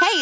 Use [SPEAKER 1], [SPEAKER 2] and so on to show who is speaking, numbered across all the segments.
[SPEAKER 1] Hey,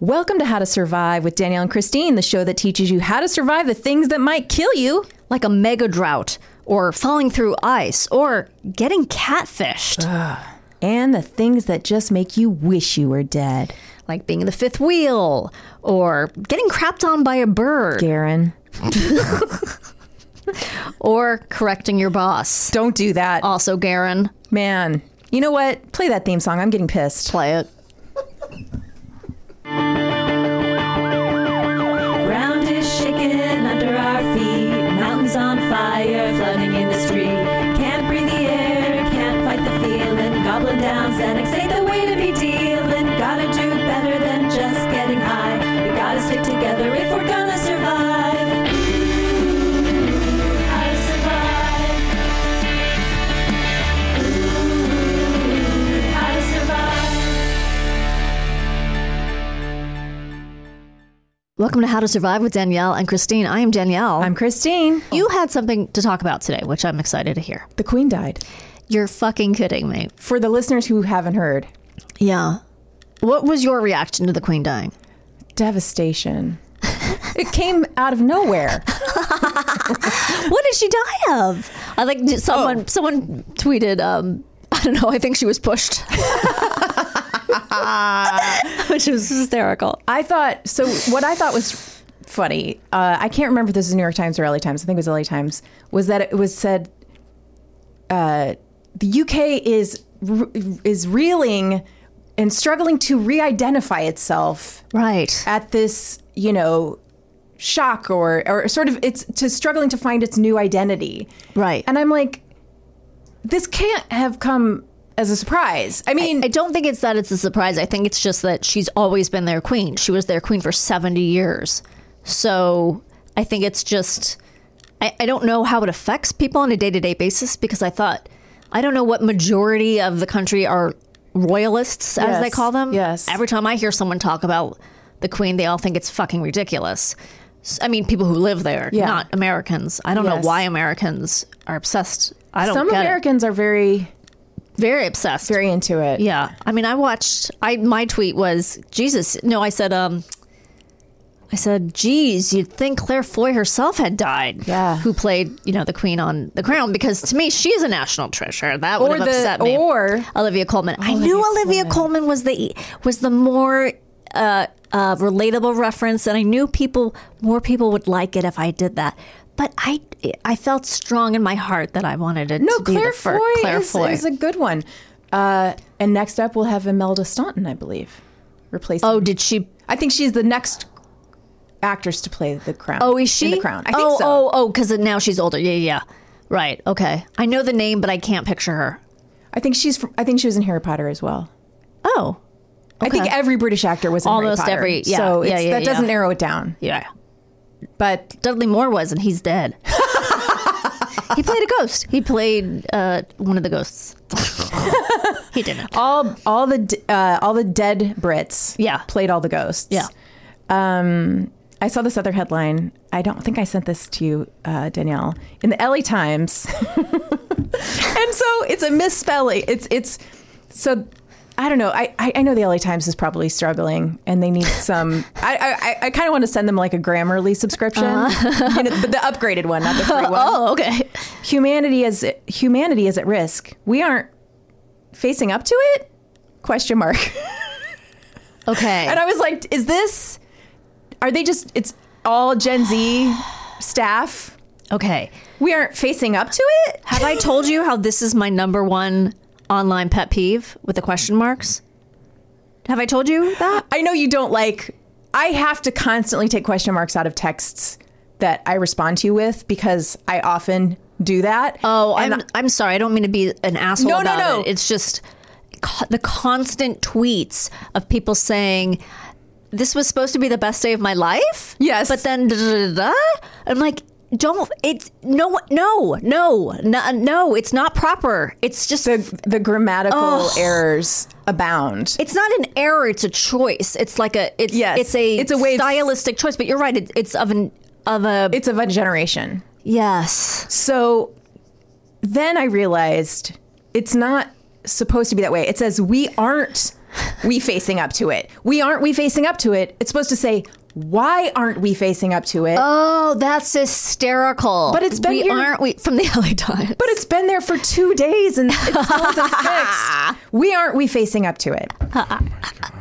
[SPEAKER 2] Welcome to How to Survive with Danielle and Christine, the show that teaches you how to survive the things that might kill you.
[SPEAKER 3] like a mega drought or falling through ice or getting catfished,
[SPEAKER 2] And the things that just make you wish you were dead.
[SPEAKER 3] like being the fifth wheel or getting crapped on by a bird
[SPEAKER 2] Garen.
[SPEAKER 3] or correcting your boss.
[SPEAKER 2] Don't do that.
[SPEAKER 3] Also, Garen,
[SPEAKER 2] Man. You know what? Play that theme song. I'm getting pissed.
[SPEAKER 3] play it.
[SPEAKER 4] Ground is shaking under our feet. Mountains on fire, flooding in the street. Can't breathe the air, can't fight the feeling. Goblin down, Xanax ain't the way to be dealing. Gotta do better than just getting high. We gotta stick together if we're gonna survive. Ooh, how to survive. Ooh, how to survive.
[SPEAKER 3] Welcome to How to Survive with Danielle and Christine. I am Danielle.
[SPEAKER 2] I'm Christine.
[SPEAKER 3] you had something to talk about today, which I'm excited to hear.
[SPEAKER 2] The Queen died.
[SPEAKER 3] You're fucking kidding me.
[SPEAKER 2] For the listeners who haven't heard,
[SPEAKER 3] Yeah. What was your reaction to the queen dying?
[SPEAKER 2] devastation. it came out of nowhere.
[SPEAKER 3] What did she die of? I like someone someone tweeted um I don't know, I think she was pushed. Which was hysterical.
[SPEAKER 2] I thought so. What I thought was funny. Uh, I can't remember if this is New York Times or LA Times. I think it was LA Times. Was that it was said? Uh, the UK is is reeling and struggling to re-identify itself
[SPEAKER 3] Right.
[SPEAKER 2] at this, you know, shock or or sort of it's to struggling to find its new identity.
[SPEAKER 3] Right.
[SPEAKER 2] And I'm like, this can't have come as a surprise. I mean,
[SPEAKER 3] I don't think it's that it's a surprise. I think it's just that she's always been their queen. She was their queen for 70 years. So I think it's just, I, I don't know how it affects people on a day to day basis because I thought, I don't know what majority of the country are royalists, as they
[SPEAKER 2] Yes,
[SPEAKER 3] call them.
[SPEAKER 2] yes.
[SPEAKER 3] Every time I hear someone talk about the queen, they all think it's fucking ridiculous. S- I mean, people who live there,
[SPEAKER 2] Yeah.
[SPEAKER 3] not Americans. I don't know
[SPEAKER 2] Yes.
[SPEAKER 3] why Americans are obsessed. I don't
[SPEAKER 2] some
[SPEAKER 3] get it.
[SPEAKER 2] Americans are very
[SPEAKER 3] Very obsessed.
[SPEAKER 2] very into it.
[SPEAKER 3] Yeah. I mean, I watched I my tweet was Jesus. No, I said um I said, "Geez, you'd think Claire Foy herself had died."
[SPEAKER 2] Yeah.
[SPEAKER 3] Who played, you know, the queen on The Crown because to me she's a national treasure. That would
[SPEAKER 2] Or
[SPEAKER 3] have
[SPEAKER 2] the-
[SPEAKER 3] upset me.
[SPEAKER 2] or-
[SPEAKER 3] Olivia Colman. I knew Olivia Colman was the e, was the more uh, uh, relatable reference, and I knew people more people would like it if I did that. But I I felt strong in my heart that I wanted it
[SPEAKER 2] No,
[SPEAKER 3] to be
[SPEAKER 2] Claire
[SPEAKER 3] the fir-
[SPEAKER 2] Foy,
[SPEAKER 3] Claire
[SPEAKER 2] is,
[SPEAKER 3] Foy.
[SPEAKER 2] is a good one. Uh, and next up, we'll have Imelda Staunton, I believe, replacing.
[SPEAKER 3] oh, did she
[SPEAKER 2] I think she's the next actress to play the crown.
[SPEAKER 3] Oh, is she
[SPEAKER 2] in the crown? I think
[SPEAKER 3] oh,
[SPEAKER 2] so.
[SPEAKER 3] Oh, oh, because now she's older. Yeah, yeah. yeah. Right. Okay. I know the name, but I can't picture her.
[SPEAKER 2] I think she's. From, I think she was in Harry Potter as well.
[SPEAKER 3] Oh.
[SPEAKER 2] I think every British actor was in
[SPEAKER 3] Almost
[SPEAKER 2] Harry Potter.
[SPEAKER 3] every- yeah,
[SPEAKER 2] so
[SPEAKER 3] yeah,
[SPEAKER 2] it's,
[SPEAKER 3] yeah,
[SPEAKER 2] that doesn't
[SPEAKER 3] yeah.
[SPEAKER 2] narrow it down.
[SPEAKER 3] Yeah.
[SPEAKER 2] But
[SPEAKER 3] Dudley Moore was, and he's dead. he played a ghost. He played uh, one of the ghosts. he didn't.
[SPEAKER 2] all all the d- uh, all the dead Brits,
[SPEAKER 3] Yeah.
[SPEAKER 2] played all the ghosts.
[SPEAKER 3] Yeah.
[SPEAKER 2] Um, I saw this other headline. I don't think I sent this to you, uh, Danielle, in the LA Times. and so it's a misspelling. It's it's so I don't know. I, I I know the LA Times is probably struggling, and they need some. I I, I kind of want to send them like a Grammarly subscription, You know, but the upgraded one, not the free one.
[SPEAKER 3] Oh, okay.
[SPEAKER 2] Humanity is humanity is at risk. We aren't facing up to it? Question mark.
[SPEAKER 3] Okay.
[SPEAKER 2] and I was like, is this? Are they just? It's all Gen Z staff.
[SPEAKER 3] okay.
[SPEAKER 2] We aren't facing up to it.
[SPEAKER 3] Have I told you how this is my number one online pet peeve with the question marks? Have I told you that?
[SPEAKER 2] I know you don't like. I have to constantly take question marks out of texts that I respond to you with because I often do that.
[SPEAKER 3] Oh,
[SPEAKER 2] And
[SPEAKER 3] I'm I'm sorry. I don't mean to be an asshole.
[SPEAKER 2] No, no,
[SPEAKER 3] about
[SPEAKER 2] no.
[SPEAKER 3] It. It's just co- the constant tweets of people saying this was supposed to be the best day of my life.
[SPEAKER 2] Yes.
[SPEAKER 3] but then da, da, da, da." I'm like. Don't it's no no no no no it's not proper it's just
[SPEAKER 2] the the grammatical errors abound.
[SPEAKER 3] it's not an error it's a choice it's like a it's
[SPEAKER 2] Yes.
[SPEAKER 3] it's a
[SPEAKER 2] It's a way of-
[SPEAKER 3] stylistic choice but you're right it, it's of an of a
[SPEAKER 2] It's of a generation.
[SPEAKER 3] yes
[SPEAKER 2] So then I realized it's not supposed to be that way. It says we aren't we facing up to it. We aren't we facing up to it. It's supposed to say why aren't we facing up to it?
[SPEAKER 3] oh that's hysterical
[SPEAKER 2] But it's been
[SPEAKER 3] we
[SPEAKER 2] here-
[SPEAKER 3] aren't we from the LA Times
[SPEAKER 2] but it's been there for 2 days and it still isn't fixed. We aren't we facing up to it.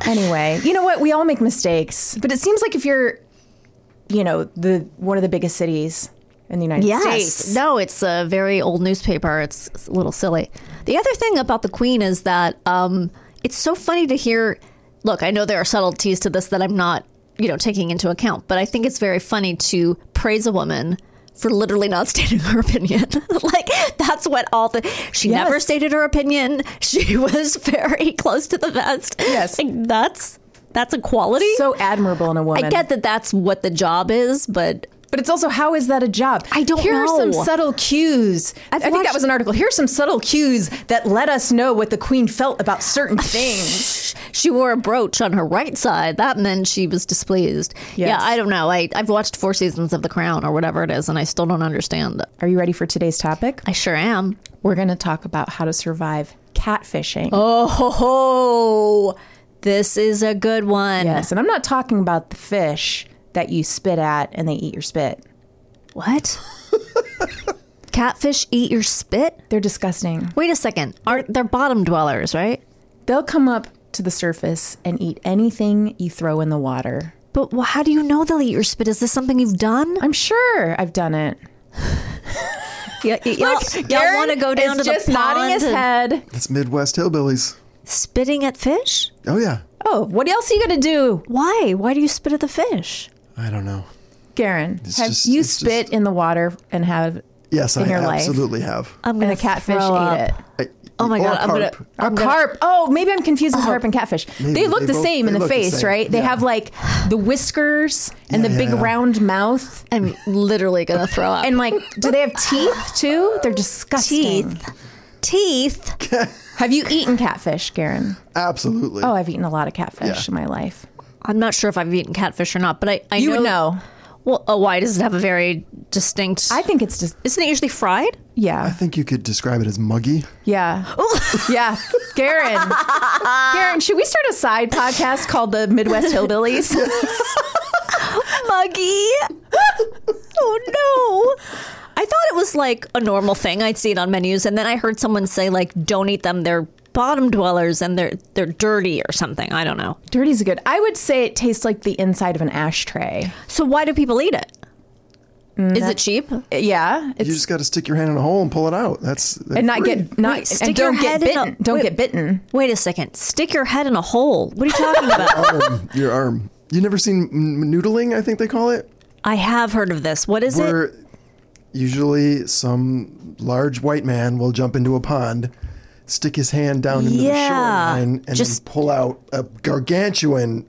[SPEAKER 2] anyway, you know what? We all make mistakes, but it seems like if you're you know, the one of the biggest cities in the United States.
[SPEAKER 3] No, it's a very old newspaper. It's, it's a little silly. The other thing about the Queen is that um, it's so funny to hear. Look, I know there are subtleties to this that I'm not, you know, taking into account, but I think it's very funny to praise a woman for literally not stating her opinion. like that's what all the she
[SPEAKER 2] Yes.
[SPEAKER 3] never stated her opinion. She was very close to the vest.
[SPEAKER 2] Yes.
[SPEAKER 3] Like, that's that's a quality.
[SPEAKER 2] So admirable in a woman.
[SPEAKER 3] I get that that's what the job is, but
[SPEAKER 2] But it's also how is that a job?
[SPEAKER 3] I don't
[SPEAKER 2] Here are
[SPEAKER 3] know.
[SPEAKER 2] some subtle cues. i think that
[SPEAKER 3] watched-
[SPEAKER 2] was an article. Here are some subtle cues that let us know what the queen felt about certain things.
[SPEAKER 3] She wore a brooch on her right side. That meant she was displeased. Yeah,
[SPEAKER 2] Yes.
[SPEAKER 3] I don't know. I, I've watched four seasons of The Crown or whatever it is, and I still don't understand.
[SPEAKER 2] Are you ready for today's topic?
[SPEAKER 3] I sure am.
[SPEAKER 2] We're going to talk about how to survive catfishing.
[SPEAKER 3] Oh, ho, ho. Oh, this is a good one.
[SPEAKER 2] Yes, and I'm not talking about the fish that you spit at and they eat your spit.
[SPEAKER 3] What? Catfish eat your spit?
[SPEAKER 2] They're disgusting.
[SPEAKER 3] Wait a second. Are they're bottom dwellers, right?
[SPEAKER 2] They'll come up to the surface and eat anything you throw in the water.
[SPEAKER 3] But wh- how do you know they'll eat your spit? Is this something you've done?
[SPEAKER 2] I'm sure I've done it.
[SPEAKER 3] Yeah, y- y'all y'all want to go down to
[SPEAKER 2] is
[SPEAKER 3] the
[SPEAKER 2] just
[SPEAKER 3] pond
[SPEAKER 2] nodding his
[SPEAKER 3] and
[SPEAKER 2] head.
[SPEAKER 5] That's Midwest hillbillies.
[SPEAKER 3] spitting at fish?
[SPEAKER 5] Oh yeah.
[SPEAKER 2] Oh, what else are you going to do?
[SPEAKER 3] Why? Why do you spit at the fish?
[SPEAKER 5] I don't know.
[SPEAKER 2] Garen, have
[SPEAKER 5] just-
[SPEAKER 2] you
[SPEAKER 5] it's
[SPEAKER 2] spit in the water and have
[SPEAKER 5] Yes,
[SPEAKER 2] In
[SPEAKER 5] I
[SPEAKER 2] your life.
[SPEAKER 5] absolutely have.
[SPEAKER 3] I'm
[SPEAKER 2] and
[SPEAKER 3] gonna
[SPEAKER 2] a catfish
[SPEAKER 3] throw up.
[SPEAKER 2] ate it?
[SPEAKER 5] I-
[SPEAKER 3] Um, Oh my
[SPEAKER 5] or
[SPEAKER 3] god, I'm gonna,
[SPEAKER 5] carp.
[SPEAKER 2] Or
[SPEAKER 3] I'm gonna-
[SPEAKER 2] carp? Oh, maybe I'm confusing carp and catfish.
[SPEAKER 5] Maybe.
[SPEAKER 2] They look
[SPEAKER 5] They
[SPEAKER 2] the
[SPEAKER 5] both-
[SPEAKER 2] same in the
[SPEAKER 5] they look the
[SPEAKER 2] face,
[SPEAKER 5] same.
[SPEAKER 2] right? They
[SPEAKER 5] Yeah.
[SPEAKER 2] have like the whiskers and
[SPEAKER 5] Yeah,
[SPEAKER 2] the
[SPEAKER 5] yeah,
[SPEAKER 2] big
[SPEAKER 5] yeah.
[SPEAKER 2] round mouth,
[SPEAKER 3] I'm literally gonna throw up.
[SPEAKER 2] and like, do they have teeth too? They're disgusting.
[SPEAKER 3] teeth, teeth.
[SPEAKER 2] Have you eaten catfish, Garen?
[SPEAKER 5] Absolutely.
[SPEAKER 2] Oh, I've eaten a lot of catfish
[SPEAKER 5] Yeah.
[SPEAKER 2] in my life.
[SPEAKER 3] I'm not sure if I've eaten catfish or not, but I, I
[SPEAKER 2] You
[SPEAKER 3] know,
[SPEAKER 2] would know.
[SPEAKER 3] Well, oh, why does it have a very distinct?
[SPEAKER 2] I think it's just
[SPEAKER 3] isn't it usually fried?
[SPEAKER 5] I
[SPEAKER 2] yeah,
[SPEAKER 5] think you could describe it as muggy.
[SPEAKER 2] yeah, yeah. Garen, Garen, should we start a side podcast called the Midwest Hillbillies?
[SPEAKER 3] Muggy. oh no. I thought it was like a normal thing. I'd see it on menus, and then I heard someone say like, "Don't eat them. They're bottom dwellers, and they're they're dirty or something." I don't know.
[SPEAKER 2] Dirty's good. I would say it tastes like the inside of an ashtray.
[SPEAKER 3] So why do people eat it? Is it cheap?
[SPEAKER 2] Yeah,
[SPEAKER 5] You
[SPEAKER 2] it's
[SPEAKER 5] just got to stick your hand in a hole and pull it out. That's, that's
[SPEAKER 2] and not get not
[SPEAKER 3] Wait, stick
[SPEAKER 2] and don't
[SPEAKER 3] your
[SPEAKER 2] get
[SPEAKER 3] head in a-
[SPEAKER 2] bitten. don't
[SPEAKER 3] wait.
[SPEAKER 2] get bitten.
[SPEAKER 3] Wait a second. Stick your head in a hole. What are you talking about?
[SPEAKER 5] arm, Mm, your arm. You never seen m- noodling? I think they call it.
[SPEAKER 3] I have heard of this. What is it?
[SPEAKER 5] where usually some large white man will jump into a pond, stick his hand down into
[SPEAKER 3] Yeah.
[SPEAKER 5] the shoreline, and
[SPEAKER 3] Just-
[SPEAKER 5] then pull out a gargantuan.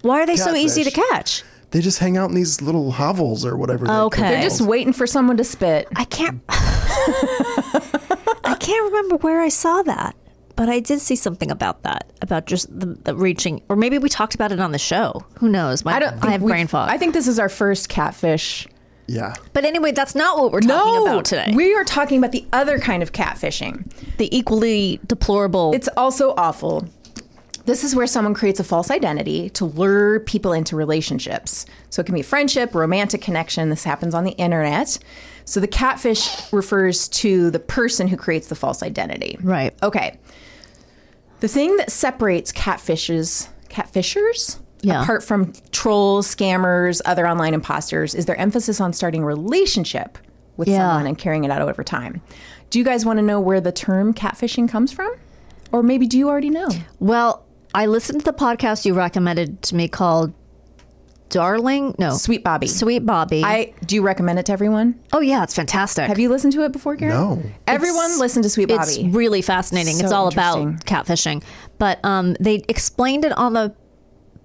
[SPEAKER 3] Why are they so easy to
[SPEAKER 5] catfish.
[SPEAKER 3] catch?
[SPEAKER 5] They just hang out in these little hovels or whatever. they're
[SPEAKER 3] Okay. They're
[SPEAKER 2] They're just waiting for someone to spit.
[SPEAKER 3] I can't. I can't remember where I saw that. But I did see something about that, about just the, the reaching, or maybe we talked about it on the show. Who knows? My, I don't. I have
[SPEAKER 2] we've-
[SPEAKER 3] brain fog.
[SPEAKER 2] I think this is our first catfish.
[SPEAKER 5] Yeah.
[SPEAKER 3] but anyway, that's not what we're talking about Oh, today.
[SPEAKER 2] we are talking about the other kind of catfishing.
[SPEAKER 3] the equally deplorable.
[SPEAKER 2] It's also awful. This is where someone creates a false identity to lure people into relationships. So it can be friendship, romantic connection. This happens on the internet. So the catfish refers to the person who creates the false identity.
[SPEAKER 3] Right.
[SPEAKER 2] Okay. The thing that separates catfishes, catfishers,
[SPEAKER 3] Yeah.
[SPEAKER 2] apart from trolls, scammers, other online imposters, is their emphasis on starting a relationship with
[SPEAKER 3] Yeah.
[SPEAKER 2] someone and carrying it out over time. Do you guys want to know where the term catfishing comes from? Or maybe do you already know?
[SPEAKER 3] well, I listened to the podcast you recommended to me called Darling. No,
[SPEAKER 2] Sweet Bobby.
[SPEAKER 3] Oh. Sweet Bobby.
[SPEAKER 2] I do you recommend it to everyone?
[SPEAKER 3] oh yeah, it's fantastic.
[SPEAKER 2] Have you listened to it before, Karen?
[SPEAKER 5] No.
[SPEAKER 2] Everyone listen to Sweet Bobby.
[SPEAKER 3] It's really fascinating. it's
[SPEAKER 2] So
[SPEAKER 3] all about catfishing. But um, they explained it on the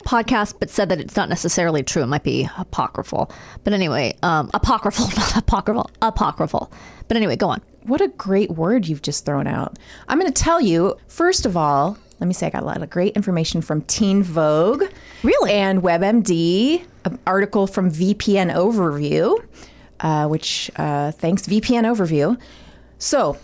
[SPEAKER 3] podcast, but said that it's not necessarily true. It might be apocryphal. But anyway, um, apocryphal, not apocryphal, apocryphal. But anyway, go on.
[SPEAKER 2] What a great word you've just thrown out. I'm going to tell you, first of all, let me say I got a lot of great information from Teen Vogue.
[SPEAKER 3] Really?
[SPEAKER 2] And WebMD, an article from VPN Overview, uh, which uh, thanks VPN Overview. So,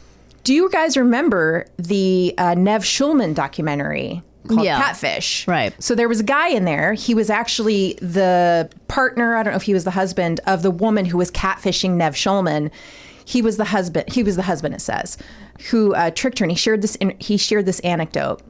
[SPEAKER 2] do you guys remember the uh, Nev Schulman documentary called
[SPEAKER 3] Yeah.
[SPEAKER 2] Catfish?
[SPEAKER 3] Right.
[SPEAKER 2] So there was a guy in there. He was actually the partner. I don't know if he was the husband of the woman who was catfishing Nev Schulman. He was the husband. He was the husband. It says, who uh, tricked her, and he shared this. He shared this anecdote.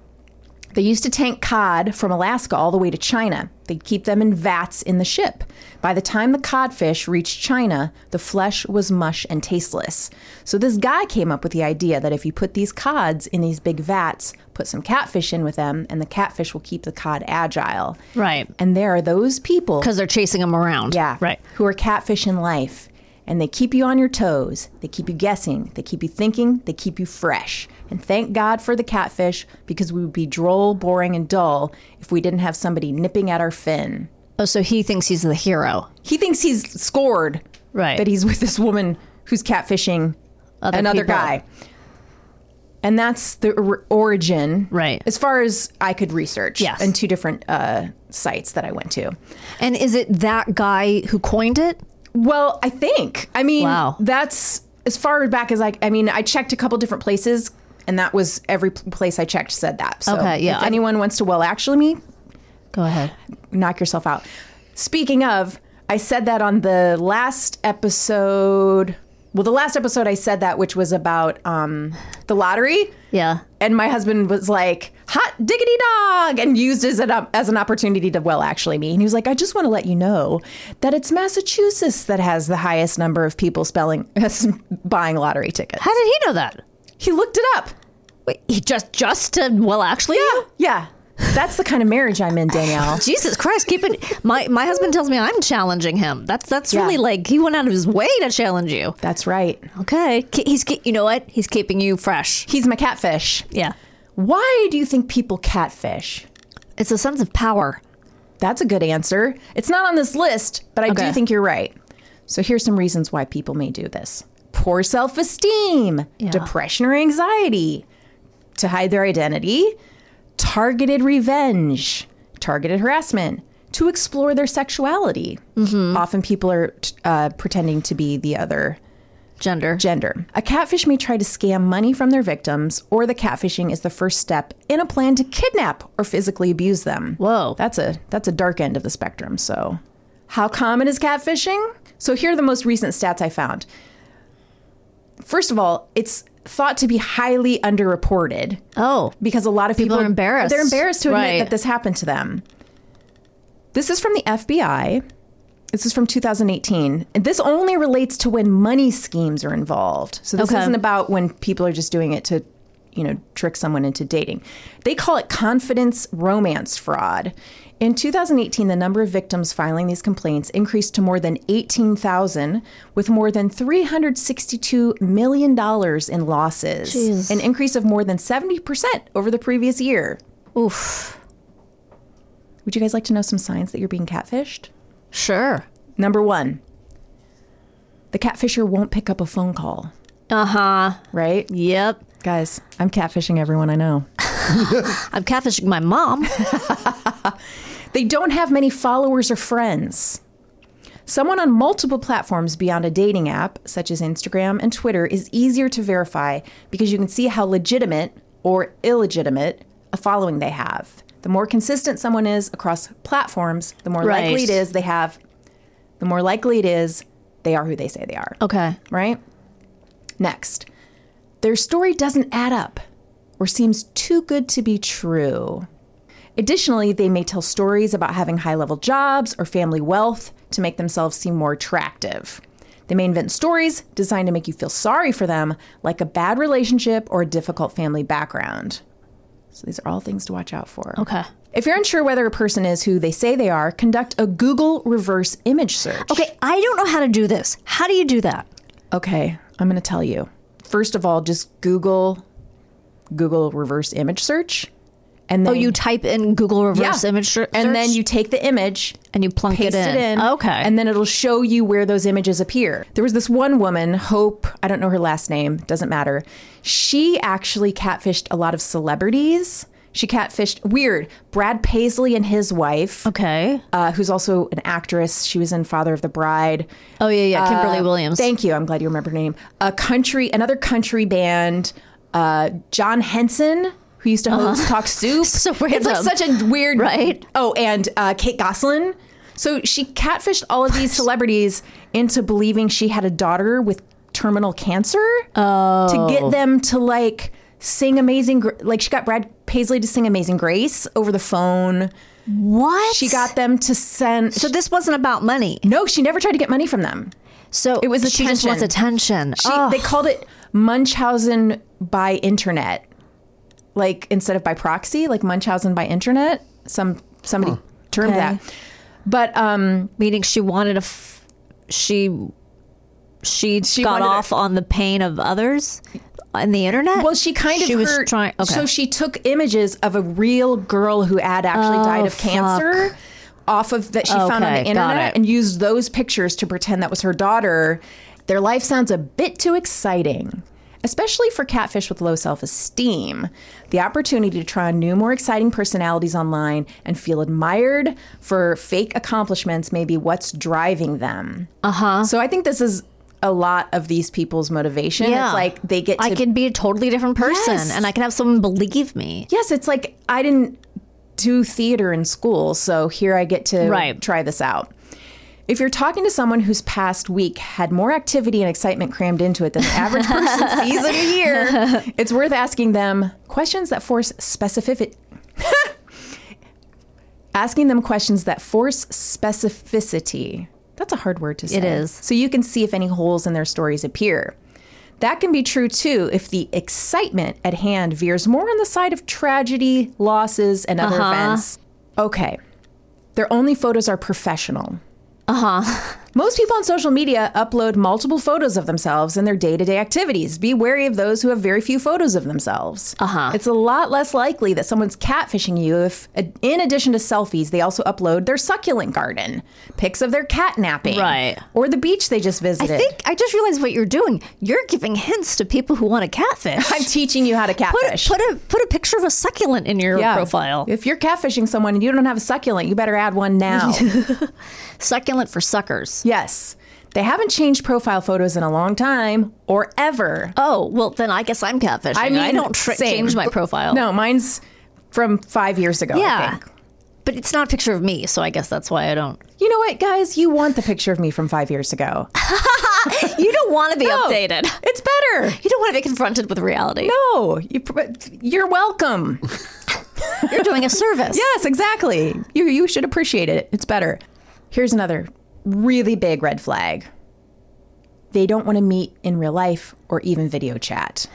[SPEAKER 2] They used to tank cod from Alaska all the way to China. They'd keep them in vats in the ship. By the time the codfish reached China, the flesh was mush and tasteless. So this guy came up with the idea that if you put these cods in these big vats, put some catfish in with them, and the catfish will keep the cod agile.
[SPEAKER 3] Right.
[SPEAKER 2] And there are those people
[SPEAKER 3] Because they're chasing them around.
[SPEAKER 2] yeah.
[SPEAKER 3] Right.
[SPEAKER 2] Who are catfish in life. And they keep you on your toes. They keep you guessing. They keep you thinking. They keep you fresh. And thank God for the catfish because we would be droll, boring, and dull if we didn't have somebody nipping at our fin.
[SPEAKER 3] Oh, so he thinks he's the hero.
[SPEAKER 2] He thinks he's scored
[SPEAKER 3] Right.
[SPEAKER 2] that he's with this woman who's catfishing
[SPEAKER 3] Other
[SPEAKER 2] another
[SPEAKER 3] people.
[SPEAKER 2] guy. And that's the or- origin,
[SPEAKER 3] Right.
[SPEAKER 2] As far as I could research,
[SPEAKER 3] Yes.
[SPEAKER 2] in two different uh, sites that I went to.
[SPEAKER 3] And is it that guy who coined it?
[SPEAKER 2] Well, I think. I mean,
[SPEAKER 3] Wow.
[SPEAKER 2] that's as far back as I. I mean, I checked a couple different places, and that was every p- place I checked said that. So
[SPEAKER 3] Okay, yeah,
[SPEAKER 2] If
[SPEAKER 3] I-
[SPEAKER 2] anyone wants to, well, actually, me,
[SPEAKER 3] Go ahead.
[SPEAKER 2] knock yourself out. Speaking of, I said that on the last episode. Well, the last episode I said that, which was about um, the lottery.
[SPEAKER 3] Yeah.
[SPEAKER 2] And my husband was like, hot diggity dog, and used as an, as an opportunity to, well, actually, me. And he was like, I just want to let you know that it's Massachusetts that has the highest number of people spelling buying lottery tickets.
[SPEAKER 3] How did he know that?
[SPEAKER 2] He looked it up.
[SPEAKER 3] Wait, he just just to, well actually
[SPEAKER 2] Yeah. That's the kind of marriage I'm in, Danielle.
[SPEAKER 3] Jesus Christ, keep it. My my husband tells me I'm challenging him. That's that's
[SPEAKER 2] Yeah.
[SPEAKER 3] really like he went out of his way to challenge you.
[SPEAKER 2] That's right.
[SPEAKER 3] Okay, K- he's ke- you know what? He's keeping you fresh.
[SPEAKER 2] He's my catfish.
[SPEAKER 3] Yeah,
[SPEAKER 2] Why do you think people catfish?
[SPEAKER 3] it's a sense of power.
[SPEAKER 2] That's a good answer. It's not on this list, but I
[SPEAKER 3] Okay.
[SPEAKER 2] do think you're right. So here's some reasons why people may do this poor self esteem, depression or anxiety, to hide their identity, targeted revenge, targeted harassment, to explore their sexuality. Often people are t- uh, pretending to be the other
[SPEAKER 3] Gender.
[SPEAKER 2] gender. A catfish may try to scam money from their victims, or the catfishing is the first step in a plan to kidnap or physically abuse them.
[SPEAKER 3] Whoa.
[SPEAKER 2] That's a that's a dark end of the spectrum. So, how common is catfishing? So here are the most recent stats I found. First of all, it's thought to be highly underreported
[SPEAKER 3] oh,
[SPEAKER 2] because a lot of people,
[SPEAKER 3] are embarrassed.
[SPEAKER 2] They're embarrassed to admit
[SPEAKER 3] Right.
[SPEAKER 2] that this happened to them. This is from the FBI. This is from 2018. And this only relates to when money schemes are involved. So this
[SPEAKER 3] Okay.
[SPEAKER 2] isn't about when people are just doing it to, you know, trick someone into dating. They call it confidence romance fraud. In 2018, the number of victims filing these complaints increased to more than 18,000, with more than $362 million in losses, an increase of more than 70% over the previous year.
[SPEAKER 3] oof.
[SPEAKER 2] Would you guys like to know some signs that you're being catfished?
[SPEAKER 3] Sure.
[SPEAKER 2] Number one, the catfisher won't pick up a phone call,
[SPEAKER 3] Uh huh.
[SPEAKER 2] right?
[SPEAKER 3] Yep.
[SPEAKER 2] Guys, I'm catfishing everyone I know.
[SPEAKER 3] I'm catfishing my mom.
[SPEAKER 2] They don't have many followers or friends. Someone on multiple platforms beyond a dating app, such as Instagram and Twitter, is easier to verify because you can see how legitimate or illegitimate a following they have. The more consistent someone is across platforms, the more
[SPEAKER 3] Right.
[SPEAKER 2] likely it is they have, the more likely it is they are who they say they are
[SPEAKER 3] Okay.
[SPEAKER 2] right? Next, their story doesn't add up or seems too good to be true. Additionally, they may tell stories about having high level jobs or family wealth to make themselves seem more attractive. They may invent stories designed to make you feel sorry for them, like a bad relationship or a difficult family background. So, these are all things to watch out for.
[SPEAKER 3] Okay.
[SPEAKER 2] If you're unsure whether a person is who they say they are, conduct a Google reverse image search.
[SPEAKER 3] Okay, I don't know how to do this. How do you do that?
[SPEAKER 2] Okay, I'm going to tell you. First of all, just Google Google reverse image search and then
[SPEAKER 3] Oh, you type in Google
[SPEAKER 2] Yeah.
[SPEAKER 3] reverse image ser-
[SPEAKER 2] and then
[SPEAKER 3] search
[SPEAKER 2] you take the image
[SPEAKER 3] and you plunk
[SPEAKER 2] paste
[SPEAKER 3] it in. Okay.
[SPEAKER 2] And then it'll show you where those images appear. There was this one woman, Hope, I don't know her last name, doesn't matter. She actually catfished a lot of celebrities. She catfished weird Brad Paisley and his wife,
[SPEAKER 3] okay.
[SPEAKER 2] uh, who's also an actress. She was in Father of the Bride. Uh,
[SPEAKER 3] oh yeah, yeah. Kimberly Williams.
[SPEAKER 2] Thank you. I'm glad you remember her name. A country, another country band, uh, John Henson, who used to host Talk Soup.
[SPEAKER 3] Uh-huh. So
[SPEAKER 2] It's like
[SPEAKER 3] random.
[SPEAKER 2] such a weird,
[SPEAKER 3] Right?
[SPEAKER 2] Oh, and uh, Kate Gosselin. So she catfished all of these celebrities into believing she had a daughter with terminal cancer to
[SPEAKER 3] Oh.
[SPEAKER 2] get them to like sing Amazing. Gra- Like she got Brad Paisley to sing Amazing Grace over the phone.
[SPEAKER 3] what?
[SPEAKER 2] She got them to send.
[SPEAKER 3] So this wasn't about money.
[SPEAKER 2] no, she never tried to get money from them.
[SPEAKER 3] So it
[SPEAKER 2] was
[SPEAKER 3] she just
[SPEAKER 2] attention.
[SPEAKER 3] wants attention.
[SPEAKER 2] She,
[SPEAKER 3] oh,
[SPEAKER 2] They called it Munchausen by internet, like instead of by proxy, like Munchausen by internet. Some somebody termed
[SPEAKER 3] Okay.
[SPEAKER 2] that. But um,
[SPEAKER 3] meaning she wanted a f- she she, got
[SPEAKER 2] wanted a-
[SPEAKER 3] off on the pain of others on the internet.
[SPEAKER 2] well, she kind of
[SPEAKER 3] she was
[SPEAKER 2] hurt-
[SPEAKER 3] trying. Okay.
[SPEAKER 2] So she took images of a real girl who had actually died of
[SPEAKER 3] Oh, fuck.
[SPEAKER 2] cancer off of that she found on
[SPEAKER 3] Okay,
[SPEAKER 2] the
[SPEAKER 3] got
[SPEAKER 2] internet
[SPEAKER 3] it.
[SPEAKER 2] and used those pictures to pretend that was her daughter. Their life sounds a bit too exciting. Especially for catfish with low self esteem, the opportunity to try on new, more exciting personalities online and feel admired for fake accomplishments may be what's driving them. Uh
[SPEAKER 3] Uh-huh.
[SPEAKER 2] huh. So I think this is a lot of these people's motivation.
[SPEAKER 3] Yeah.
[SPEAKER 2] It's like they get to
[SPEAKER 3] I can be a totally different person,
[SPEAKER 2] Yes.
[SPEAKER 3] and I can have someone believe me.
[SPEAKER 2] yes, it's like I didn't do theater in school, so here I get to
[SPEAKER 3] Right.
[SPEAKER 2] try this out. If you're talking to someone whose past week had more activity and excitement crammed into it than the average person sees in a year, it's worth asking them questions that force specificity. asking them questions that force specificity. That's a hard word to say.
[SPEAKER 3] is.
[SPEAKER 2] So you can see if any holes in their stories appear. That can be true too if the excitement at hand veers more on the side of tragedy, losses, and other events. Okay. Their only photos are professional. Most people on social media upload multiple photos of themselves and their day to day activities. Be wary of those who have very few photos of themselves. Uh
[SPEAKER 3] Uh-huh.
[SPEAKER 2] huh. It's a lot less likely that someone's catfishing you if, uh, in addition to selfies, they also upload their succulent garden, pics of their cat napping,
[SPEAKER 3] Right.
[SPEAKER 2] or the beach they just
[SPEAKER 3] I
[SPEAKER 2] visited.
[SPEAKER 3] think I just realized what you're doing. You're giving hints to people who want a catfish.
[SPEAKER 2] I'm teaching you how to
[SPEAKER 3] put,
[SPEAKER 2] catfish.
[SPEAKER 3] put a put a picture of a succulent in your
[SPEAKER 2] Yeah.
[SPEAKER 3] profile.
[SPEAKER 2] If you're catfishing someone and you don't have a succulent, you better add one now.
[SPEAKER 3] Succulent for suckers.
[SPEAKER 2] yes. They haven't changed profile photos in a long time or ever.
[SPEAKER 3] Oh well, then I guess I'm catfishing. I, don't tr-
[SPEAKER 2] same.
[SPEAKER 3] change my profile.
[SPEAKER 2] No, mine's from five years ago. I
[SPEAKER 3] Yeah.
[SPEAKER 2] think.
[SPEAKER 3] But it's not a picture of me, so I guess that's why I don't.
[SPEAKER 2] You know what, guys? You want the picture of me from five years ago.
[SPEAKER 3] You don't want to be
[SPEAKER 2] No,
[SPEAKER 3] updated.
[SPEAKER 2] It's better.
[SPEAKER 3] You don't want to be confronted with reality.
[SPEAKER 2] No, you, pr- you're welcome.
[SPEAKER 3] You're doing a service.
[SPEAKER 2] Yes, exactly. You, you should appreciate it. It's better. Here's another really big red flag they don't want to meet in real life or even video chat.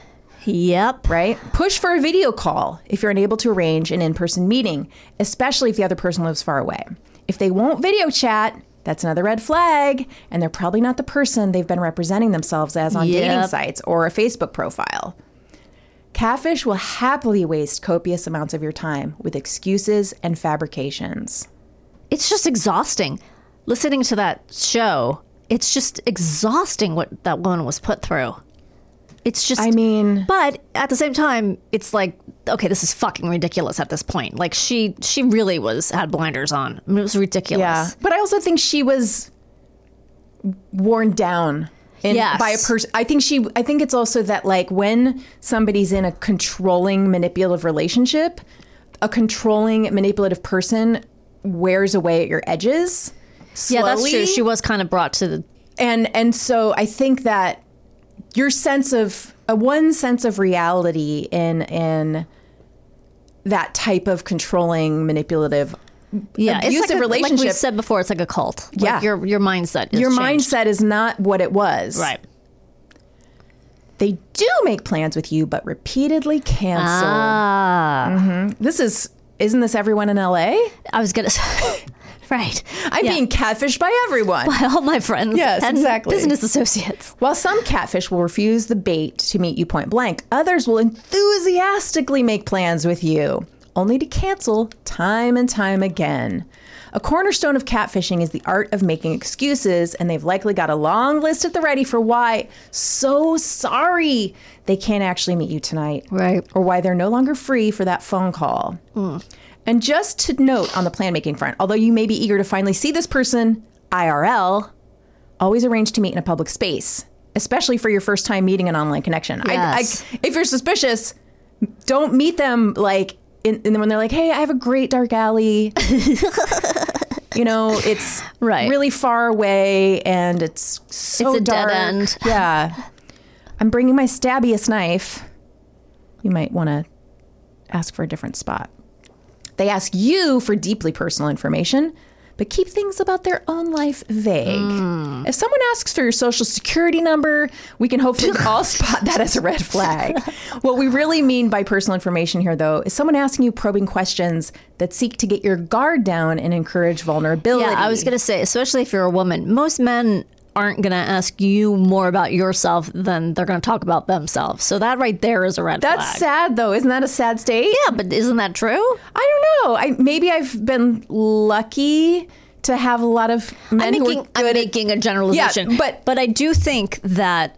[SPEAKER 3] Yep.
[SPEAKER 2] right? Push for a video call if you're unable to arrange an in person meeting, especially if the other person lives far away. If they won't video chat, that's another red flag, and they're probably not the person they've been representing themselves as on dating
[SPEAKER 3] Yep.
[SPEAKER 2] sites or a Facebook profile. Catfish will happily waste copious amounts of your time with excuses and fabrications.
[SPEAKER 3] It's just exhausting. Listening to that show, it's just exhausting what that woman was put through. It's just
[SPEAKER 2] I mean-
[SPEAKER 3] but at the same time, it's like okay, this is fucking ridiculous at this point. Like she she really was had blinders on. I mean, it was ridiculous.
[SPEAKER 2] Yeah, but I also think she was worn down. In,
[SPEAKER 3] Yes.
[SPEAKER 2] by a person. I think she. I think it's also that like when somebody's in a controlling, manipulative relationship, a controlling, manipulative person wears away at your edges.
[SPEAKER 3] Yeah, that's true.
[SPEAKER 2] slowly.
[SPEAKER 3] She was kind of brought to the
[SPEAKER 2] and and so I think that your sense of a one sense of reality in in that type of controlling manipulative
[SPEAKER 3] yeah, it's
[SPEAKER 2] Abusive
[SPEAKER 3] like a, Like we
[SPEAKER 2] relationship.
[SPEAKER 3] said before, it's like a cult. Like
[SPEAKER 2] Yeah.
[SPEAKER 3] your your mindset. Is
[SPEAKER 2] your
[SPEAKER 3] changed.
[SPEAKER 2] mindset is not what it was
[SPEAKER 3] right?
[SPEAKER 2] they do make plans with you but repeatedly cancel ah. this is isn't this everyone in la i'm
[SPEAKER 3] I was gonna say, right. Yeah.
[SPEAKER 2] being catfished by everyone
[SPEAKER 3] all my friends.
[SPEAKER 2] Yes,
[SPEAKER 3] and
[SPEAKER 2] exactly.
[SPEAKER 3] Business associates.
[SPEAKER 2] While some catfish will refuse the bait to meet you point blank, others will enthusiastically make plans with you, only to cancel time and time again. A cornerstone of catfishing is the art of making excuses, and they've likely got a long list at the ready for why so sorry they can't actually meet you tonight.
[SPEAKER 3] Right.
[SPEAKER 2] Or why they're no longer free for that phone call. And just to note on the plan making front, although you may be eager to finally see this person IRL, always arrange to meet in a public space, especially for your first time meeting an online connection.
[SPEAKER 3] Yes.
[SPEAKER 2] I, I, if you're suspicious, don't meet them like in, in when they're like, "Hey, I have a great dark alley." you know, it's
[SPEAKER 3] Right.
[SPEAKER 2] really far away, and it's so
[SPEAKER 3] It's a dead
[SPEAKER 2] dark.
[SPEAKER 3] end.
[SPEAKER 2] Yeah, I'm bringing my stabbiest knife. You might want to ask for a different spot. They ask you for deeply personal information, but keep things about their own life vague.
[SPEAKER 3] Hmm.
[SPEAKER 2] If someone asks for your social security number, we can hopefully all spot that as a red flag. what we really mean by personal information here, though, is someone asking you probing questions that seek to get your guard down and encourage vulnerability.
[SPEAKER 3] Yeah, I was gonna say, especially if you're a woman, most men aren't gonna ask you more about yourself than they're gonna talk about themselves. So that right there is a red
[SPEAKER 2] That's
[SPEAKER 3] flag.
[SPEAKER 2] sad, though. Isn't that a sad state?
[SPEAKER 3] Yeah, but isn't that true?
[SPEAKER 2] I don't know. I maybe I've been lucky to have a lot of men
[SPEAKER 3] I'm
[SPEAKER 2] who are
[SPEAKER 3] making,
[SPEAKER 2] good
[SPEAKER 3] I'm
[SPEAKER 2] at-
[SPEAKER 3] making a generalization,
[SPEAKER 2] Yeah, but-
[SPEAKER 3] but I do think that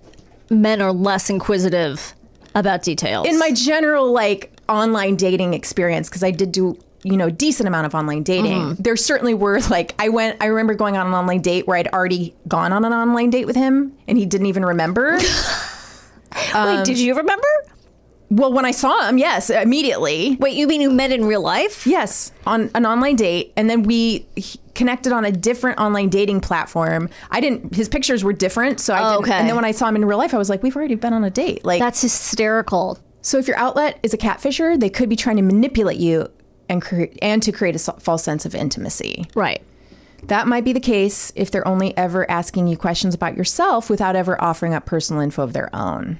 [SPEAKER 3] men are less inquisitive about details.
[SPEAKER 2] in my general like online dating experience because I did do you know decent amount of online dating
[SPEAKER 3] Mm-hmm.
[SPEAKER 2] there certainly were like i went i remember going on an online date where i'd already gone on an online date with him and he didn't even remember
[SPEAKER 3] wait, did you remember?
[SPEAKER 2] well when i saw him yes immediately
[SPEAKER 3] Wait, you mean you met in real life?
[SPEAKER 2] yes on an online date and then we he- connected on a different online dating platform i didn't his pictures were different so i
[SPEAKER 3] Oh,
[SPEAKER 2] didn't
[SPEAKER 3] okay.
[SPEAKER 2] and then when i saw him in real life i was like we've already been on a date like
[SPEAKER 3] That's hysterical.
[SPEAKER 2] So if your outlet is a catfisher, they could be trying to manipulate you and cre- and to create a s- false sense of intimacy.
[SPEAKER 3] Right.
[SPEAKER 2] That might be the case if they're only ever asking you questions about yourself without ever offering up personal info of their own.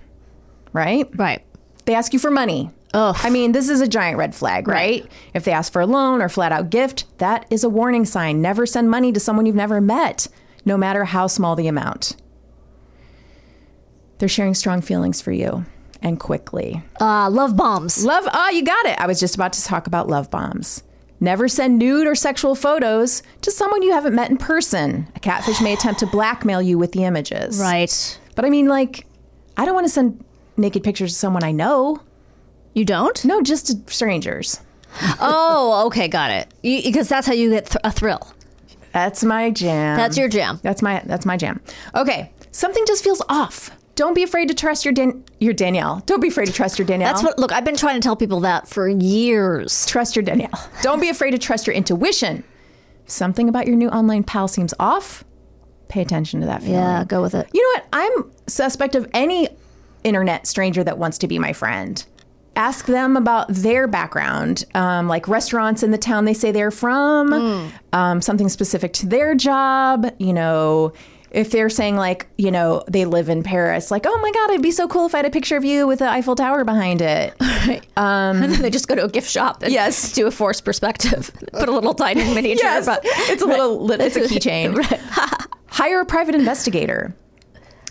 [SPEAKER 2] Right?
[SPEAKER 3] Right.
[SPEAKER 2] They ask you for money. Ugh. I mean, this is a giant red flag, right? If they ask for a loan or flat out gift, that is a warning sign. Never send money to someone you've never met, no matter how small the amount. They're sharing strong feelings for you and quickly.
[SPEAKER 3] Uh, love bombs.
[SPEAKER 2] Love, ah, you got it. I was just about to talk about love bombs. Never send nude or sexual photos to someone you haven't met in person. A catfish may attempt to blackmail you with the images.
[SPEAKER 3] Right.
[SPEAKER 2] But I mean, like, I don't want to send naked pictures to someone I know.
[SPEAKER 3] You don't?
[SPEAKER 2] No, just to strangers.
[SPEAKER 3] Oh, okay, got it. Because that's how you get th- a thrill.
[SPEAKER 2] That's my jam.
[SPEAKER 3] That's your jam.
[SPEAKER 2] That's my that's my jam. Okay, something just feels off. Don't be afraid to trust your Dan- your Danielle. Don't be afraid to trust your Danielle.
[SPEAKER 3] That's what. Look, I've been trying to tell people that for years.
[SPEAKER 2] trust your Danielle. Don't be afraid to trust your intuition. If something about your new online pal seems off, pay attention to that feeling.
[SPEAKER 3] Yeah, go with it.
[SPEAKER 2] You know what? I'm suspect of any internet stranger that wants to be my friend. Ask them about their background, um, like restaurants in the town they say they're from, um, something specific to their job. You know, if they're saying, like, you know, they live in Paris, like, oh my God, it'd be so cool if I had a picture of you with the Eiffel Tower behind it.
[SPEAKER 3] and then they just go to a gift shop and
[SPEAKER 2] Yes.
[SPEAKER 3] do a forced perspective, put a little tiny miniature.
[SPEAKER 2] Yes.
[SPEAKER 3] But
[SPEAKER 2] it's a little lit it's a keychain hire a private investigator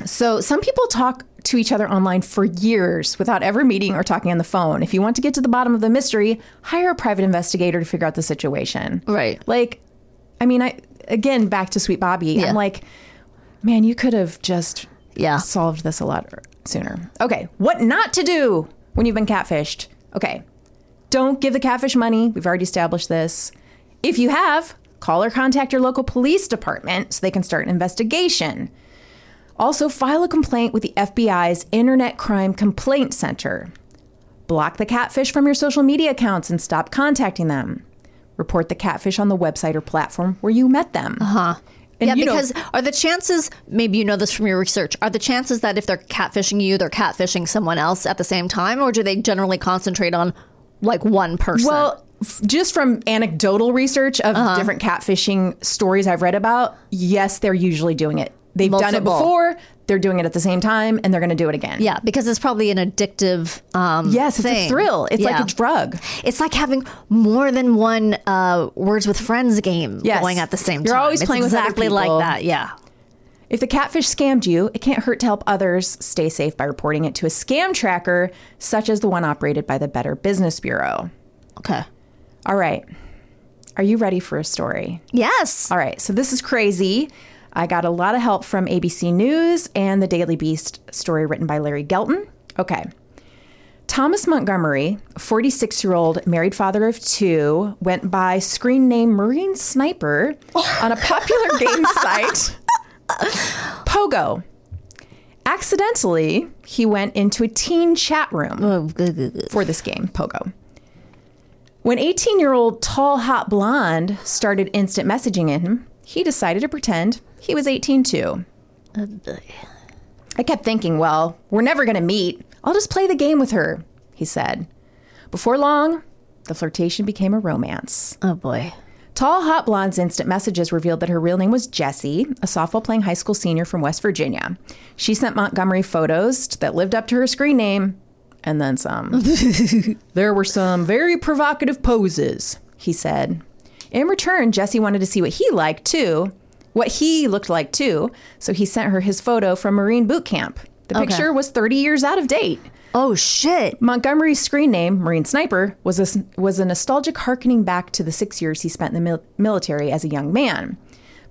[SPEAKER 2] so some people talk to each other online for years without ever meeting or talking on the phone if you want to get to the bottom of the mystery hire a private investigator to figure out the situation
[SPEAKER 3] Right.
[SPEAKER 2] like i mean i again back to sweet bobby
[SPEAKER 3] Yeah.
[SPEAKER 2] i'm like man you could have just
[SPEAKER 3] Yeah.
[SPEAKER 2] solved this a lot sooner. Okay, what not to do when you've been catfished. Okay, don't give the catfish money. We've already established this. If you have, call or contact your local police department so they can start an investigation. Also, file a complaint with the FBI's Internet Crime Complaint Center. Block the catfish from your social media accounts and stop contacting them. Report the catfish on the website or platform where you met them. Uh huh.
[SPEAKER 3] Uh-huh. yeah, because are the chances, maybe you know this from your research, are the chances that if they're catfishing you, they're catfishing someone else at the same time? Or do they generally concentrate on like one person?
[SPEAKER 2] Well, f- just from anecdotal research of
[SPEAKER 3] Uh-huh.
[SPEAKER 2] different catfishing stories I've read about, yes, they're usually doing it. They've done it
[SPEAKER 3] Multiple.
[SPEAKER 2] before, they're doing it at the same time, and they're going to do it again.
[SPEAKER 3] yeah, because it's probably an addictive. Um,
[SPEAKER 2] Yes, it's
[SPEAKER 3] thing.
[SPEAKER 2] a thrill. It's
[SPEAKER 3] Yeah.
[SPEAKER 2] like a drug.
[SPEAKER 3] It's like having more than one uh, words with friends game
[SPEAKER 2] Yes.
[SPEAKER 3] going at the same
[SPEAKER 2] You're
[SPEAKER 3] time.
[SPEAKER 2] always
[SPEAKER 3] It's
[SPEAKER 2] playing with other
[SPEAKER 3] exactly
[SPEAKER 2] people.
[SPEAKER 3] like that. Yeah.
[SPEAKER 2] If the catfish scammed you, it can't hurt to help others stay safe by reporting it to a scam tracker, such as the one operated by the Better Business Bureau.
[SPEAKER 3] Okay.
[SPEAKER 2] All right. Are you ready for a story?
[SPEAKER 3] Yes.
[SPEAKER 2] All right. So this is crazy. I got a lot of help from ABC News and the Daily Beast story written by Larry Gelton. Okay. Thomas Montgomery, 46 year old married father of two, went by screen name Marine Sniper on a popular game site, Pogo. Accidentally, he went into a teen chat room for this game, Pogo. When 18 year old tall, hot blonde started instant messaging him, he decided to pretend he was 18 too. I kept thinking, well, we're never going to meet. I'll just play the game with her, he said. Before long, the flirtation became a romance.
[SPEAKER 3] Oh boy.
[SPEAKER 2] Tall Hot Blonde's instant messages revealed that her real name was Jessie, a softball playing high school senior from West Virginia. She sent Montgomery photos that lived up to her screen name and then some. there were some very provocative poses, he said. In return, Jessie wanted to see what he liked too, what he looked like too, so he sent her his photo from Marine boot camp. The picture was 30 years out of date.
[SPEAKER 3] Oh shit.
[SPEAKER 2] Montgomery's screen name, Marine Sniper, was a, was a nostalgic hearkening back to the six years he spent in the mil- military as a young man.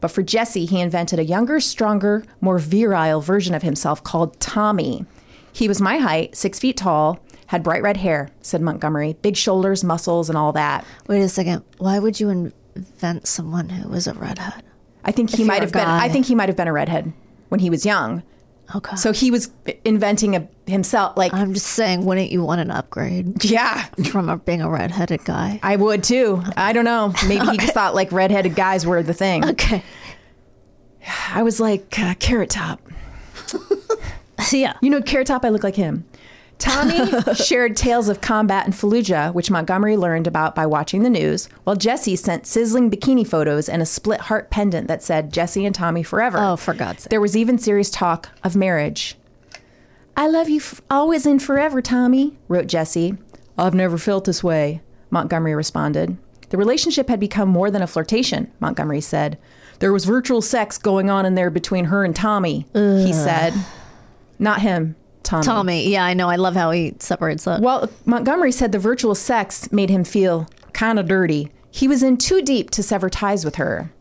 [SPEAKER 2] But for Jesse, he invented a younger, stronger, more virile version of himself called Tommy. He was my height, six feet tall, had bright red hair, said Montgomery, big shoulders, muscles, and all that.
[SPEAKER 3] Wait a second. Why would you invent someone who was a redhead?
[SPEAKER 2] I think he
[SPEAKER 3] you
[SPEAKER 2] might
[SPEAKER 3] were
[SPEAKER 2] have
[SPEAKER 3] a
[SPEAKER 2] been.
[SPEAKER 3] guy.
[SPEAKER 2] I think he might have been a redhead when he was young.
[SPEAKER 3] Okay.
[SPEAKER 2] So he was inventing a, himself. Like,
[SPEAKER 3] I'm just saying, wouldn't you want an upgrade
[SPEAKER 2] yeah,
[SPEAKER 3] from a, being a redheaded guy?
[SPEAKER 2] I would too. I don't know. Maybe he just thought like redheaded guys were the thing.
[SPEAKER 3] Okay.
[SPEAKER 2] I was like, uh, Carrot Top.
[SPEAKER 3] yeah.
[SPEAKER 2] You know, Carrot Top, I look like him. Tommy shared tales of combat in Fallujah, which Montgomery learned about by watching the news, while Jesse sent sizzling bikini photos and a split heart pendant that said Jesse and Tommy forever.
[SPEAKER 3] Oh, for God's sake.
[SPEAKER 2] There was even serious talk of marriage. I love you f- always and forever, Tommy, wrote Jesse. I've never felt this way, Montgomery responded. The relationship had become more than a flirtation, Montgomery said. There was virtual sex going on in there between her and Tommy, he said. Not him, Tommy.
[SPEAKER 3] Tommy. Yeah, I know. I love how he separates that.
[SPEAKER 2] Well, Montgomery said the virtual sex made him feel kind of dirty. He was in too deep to sever ties with her.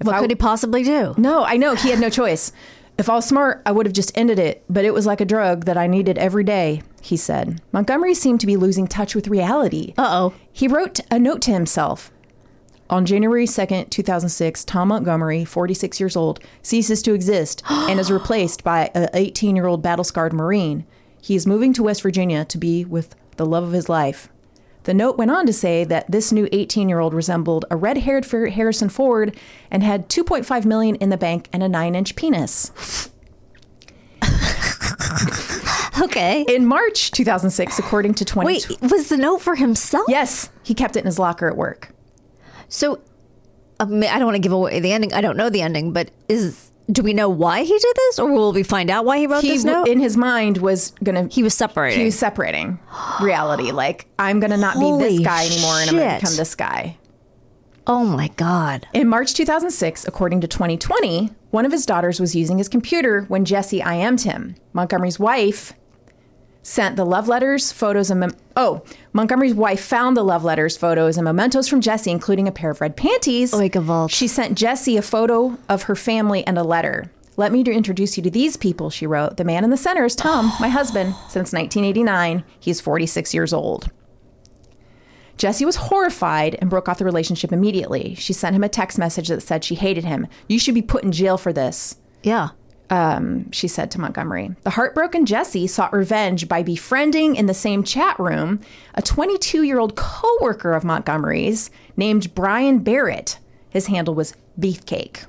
[SPEAKER 2] If
[SPEAKER 3] What
[SPEAKER 2] I-
[SPEAKER 3] could he possibly do?
[SPEAKER 2] no, I know. He had no choice. If I was smart, I would have just ended it, but it was like a drug that I needed every day, he said. Montgomery seemed to be losing touch with reality.
[SPEAKER 3] Uh oh.
[SPEAKER 2] He wrote a note to himself. On January 2nd, 2006, Tom Montgomery, 46 years old, ceases to exist and is replaced by a 18 year old battle scarred Marine. He is moving to West Virginia to be with the love of his life. The note went on to say that this new 18 year old resembled a red haired Harrison Ford and had 2.5 million in the bank and a 9 inch penis.
[SPEAKER 3] Okay.
[SPEAKER 2] In March 2006, according to 20.
[SPEAKER 3] Wait, was the note for himself?
[SPEAKER 2] Yes, he kept it in his locker at work.
[SPEAKER 3] So, I mean, I don't want to give away the ending. I don't know the ending, but is do we know why he did this, or will we find out why he wrote
[SPEAKER 2] He,
[SPEAKER 3] this note?
[SPEAKER 2] w- in his mind, was going to
[SPEAKER 3] he was separating.
[SPEAKER 2] he was separating reality. Like I'm gonna not be this
[SPEAKER 3] Holy
[SPEAKER 2] guy anymore, and I'm gonna
[SPEAKER 3] shit.
[SPEAKER 2] become this guy.
[SPEAKER 3] oh my god.
[SPEAKER 2] In March 2006, according to 2020, one of his daughters was using his computer when Jesse IM'd him. Montgomery's wife sent the love letters, photos, and mem- oh, Montgomery's wife found the love letters, photos, and mementos from Jesse, including a pair of red panties.
[SPEAKER 3] Oy, Gavalt.
[SPEAKER 2] She sent Jesse a photo of her family and a letter. Let me to introduce you to these people, she wrote. The man in the center is Tom, my husband, since 1989. He's 46 years old. Jesse was horrified and broke off the relationship immediately. She sent him a text message that said she hated him. You should be put in jail for this
[SPEAKER 3] Yeah.
[SPEAKER 2] she said to Montgomery. The heartbroken Jesse sought revenge by befriending in the same chat room a 22 year old coworker of Montgomery's named Brian Barrett. His handle was Beefcake,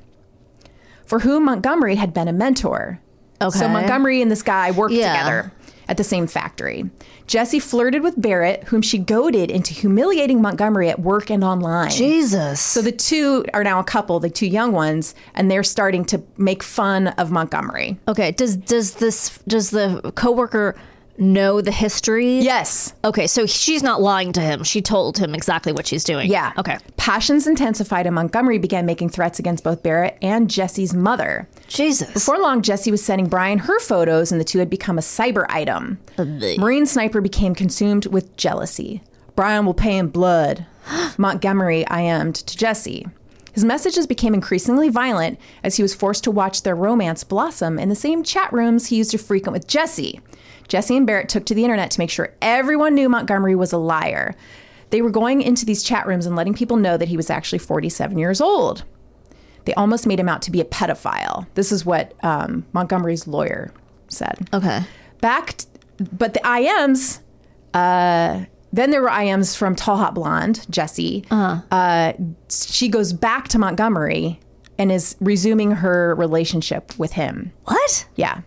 [SPEAKER 2] for whom Montgomery had been a mentor.
[SPEAKER 3] Okay.
[SPEAKER 2] So Montgomery and this guy worked
[SPEAKER 3] Yeah.
[SPEAKER 2] together at the same factory. Jesse flirted with Barrett, whom she goaded into humiliating Montgomery at work and online.
[SPEAKER 3] Jesus.
[SPEAKER 2] So the two are now a couple, the two young ones, and they're starting to make fun of Montgomery.
[SPEAKER 3] okay. Does does this does the coworker know the history?
[SPEAKER 2] Yes.
[SPEAKER 3] Okay. So she's not lying to him. She told him exactly what she's doing.
[SPEAKER 2] Yeah.
[SPEAKER 3] Okay.
[SPEAKER 2] Passions intensified, and Montgomery began making threats against both Barrett and Jesse's mother.
[SPEAKER 3] Jesus.
[SPEAKER 2] Before long, Jesse was sending Brian her photos, and the two had become a cyber item. Marine Sniper became consumed with jealousy. Brian will pay in blood. Montgomery I would to Jesse. His messages became increasingly violent as he was forced to watch their romance blossom in the same chat rooms he used to frequent with Jesse. Jesse and Barrett took to the internet to make sure everyone knew Montgomery was a liar. They were going into these chat rooms and letting people know that he was actually 47 years old they almost made him out to be a pedophile. This is what um, Montgomery's lawyer said.
[SPEAKER 3] okay.
[SPEAKER 2] Back, t- but the IMs, uh, then there were IMs from Tall Hot Blonde, Jessie. uh she goes back to Montgomery and is resuming her relationship with him.
[SPEAKER 3] What?
[SPEAKER 2] Yeah.